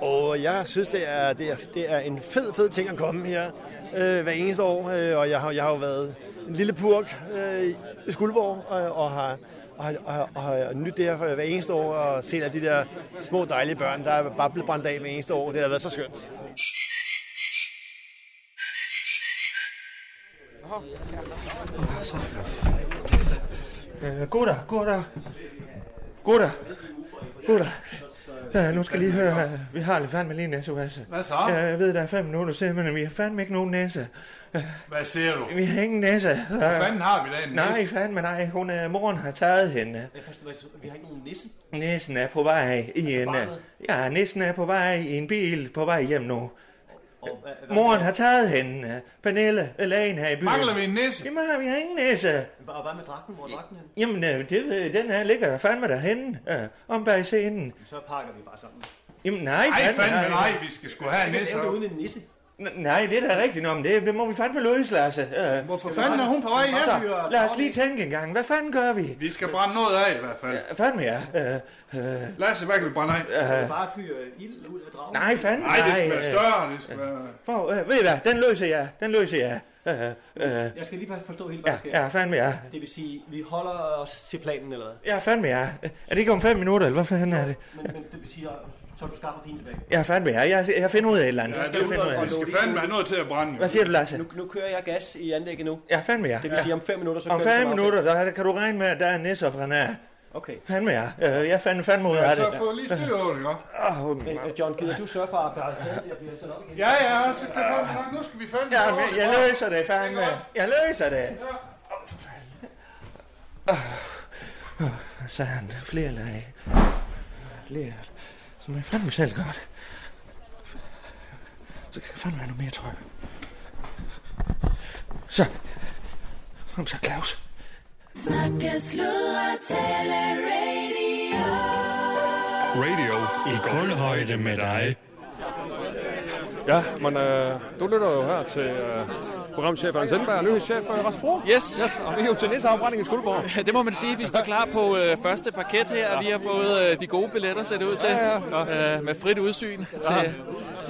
Og jeg synes, det er, det er, det er en fed, fed ting at komme her øh, hver eneste år. Øh, og jeg har, jeg har jo været en lille purk øh, i Skuldborg øh, og har og, har- og, har- og, har nyt det her hver eneste år og set alle de der små dejlige børn, der er bare blevet brændt af hver eneste år. Det har været så skønt. Øh, goddag, goddag. Goddag. Goddag. Ja, nu skal jeg lige høre, øh, vi har lige fandme lige en SOS. Hvad så? Ja, jeg ved, der er fem minutter til, men vi har fandme ikke nogen næse. Hvad siger du? Vi har ingen næse. Hvor fanden har vi da en Nej, næse? fandme nej. Hun, øh, moren har taget hende. Vi har ikke nogen nisse. Næsen er på vej i altså en... øh, barnet? Ja, næsen er på vej i en bil på vej hjem nu. Og, øh, hvad- hvad- Moren har taget hende. øh, Pernille, øh, lægen her i byen. Mangler vi en nisse? Jamen, har vi har ingen nisse. Og hvad med dragten? Hvor er dragten henne? Jamen, øh, det, ved- den her ligger der fandme derhenne. Øh, om bag scenen. Så pakker vi bare sammen. Jamen, nej, fandme nej, vi skal sgu have en nisse. Uden en nisse. N- Nej, det er da rigtigt om det. Det må vi fandme løse, Lasse. Øh, Hvorfor fanden er hun på vej hjem? Lad os lige tænke en gang. Hvad fanden gør vi? Vi skal brænde noget af i hvert fald. Ja, fandme ja. Øh, øh, Lasse, hvad kan vi brænde af? Øh, Bare fyre ild ud af dragen. Nej, fanden Nej, det skal nej, være øh, større. Det skal være... prøv, øh, ved I hvad? Den løser jeg. Den løser jeg. Øh, øh, Jeg skal lige faktisk forstå hele, hvad Ja, der sker. ja, fandme ja. Det vil sige, vi holder os til planen, eller hvad? ja, fandme ja. Er det ikke om fem minutter, eller hvad fanden er det? Men, men det vil sige, så du skaffer pigen tilbage. Ja, fandme ja. Jeg, jeg finder ud af et eller andet. Ja, Jeg det er finde ud ud af og- det. og- Skal fandme have noget til at brænde. Hvad siger du, Lasse? Nu, nu kører jeg gas i anlægget nu. Ja, fandme ja. Det vil Ja. sige, om fem minutter, så Om kører vi fem som minutter, der kan du regne med, at der er en nisse og brænde af. Okay. Fandme ja. Øh, Jeg fandt fandme ud af det. Øh. over det, ikke? Åh, Men øh, John, gider du sørge for, at jeg bliver sat op igen? Ja, ja, så kan vi... Nu skal vi fandme... Ja, men jeg løser det, fandme. Jeg løser det. Ah, Så er han flere lag. Flere, som jeg fandme selv godt. Så kan jeg fandme have noget mere tøj. Så. Kom så, Claus. Snakke, sludre, tale, radio. Radio i guldhøjde med dig. Ja, men øh, du lytter jo her til øh, programchef Hans Sindberg, nyhedschef for Rasbro. Yes. yes. Og vi er jo til nisseafbrænding i Skuldborg. Det må man sige, vi står klar på øh, første parket her, og vi har fået øh, de gode billetter sæt ud til, øh, med frit udsyn til,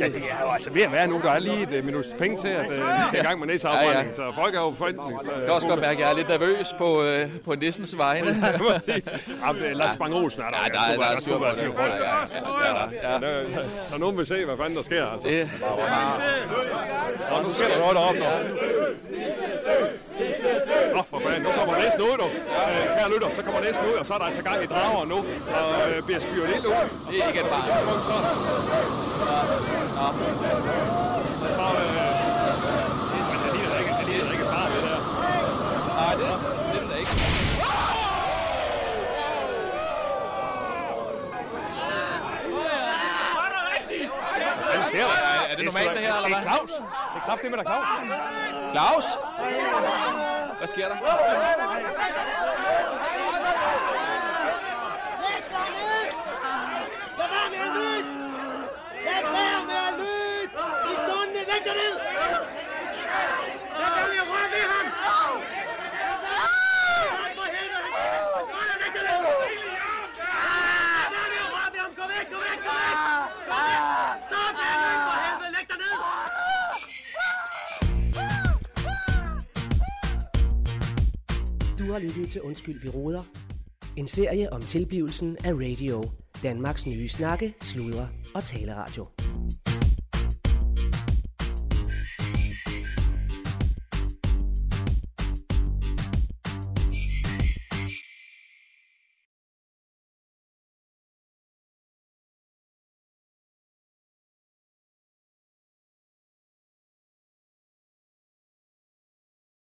Ja, det er jo altså ved at være nu. Der er lige et øh, minut penge til, at øh, vi skal i gang med nisseafbrænding, ja, Ja, ja. ja. så folk er jo forventning. Jeg kan også godt mærke, at jeg er lidt nervøs på, øh, på nissens vegne. Jamen, øh, Lars Bang Olsen er der. Ja, der er- der er styr på det. Ja, ja, ja, ja, ja. Der, der er nogen, vil se, hvad fanden der sker. Altså. Det, Og nu sker der noget deroppe. Nå. Nå, for fanden, nu kommer næsten ud, du. Øh, Kære lytter, så kommer næsten ud, og så er der altså gang i drager nu, og øh, bliver spyret ild ud. Det er ikke et barn. øh, Nej, det, det er det ikke. Er det normalt det her, eller hvad? Det er Claus. Det er kraft, det med der Claus. Claus? Hvad sker der? Lad være med at lytte! Lad være med at lytte! I stående, læg dig ned! Lad være med at røre ved ham! Han for helvede, han- Nå, lad læg dig ned! Lad være med at røre ved ham! Gå væk, gå væk, gå væk! Gå væk! Stop med at lytte, for helvede, læg dig ned! Du har lyttet til Undskyld, vi råder. En serie om tilblivelsen af radio. Danmarks nye snakke, sludre og taleradio.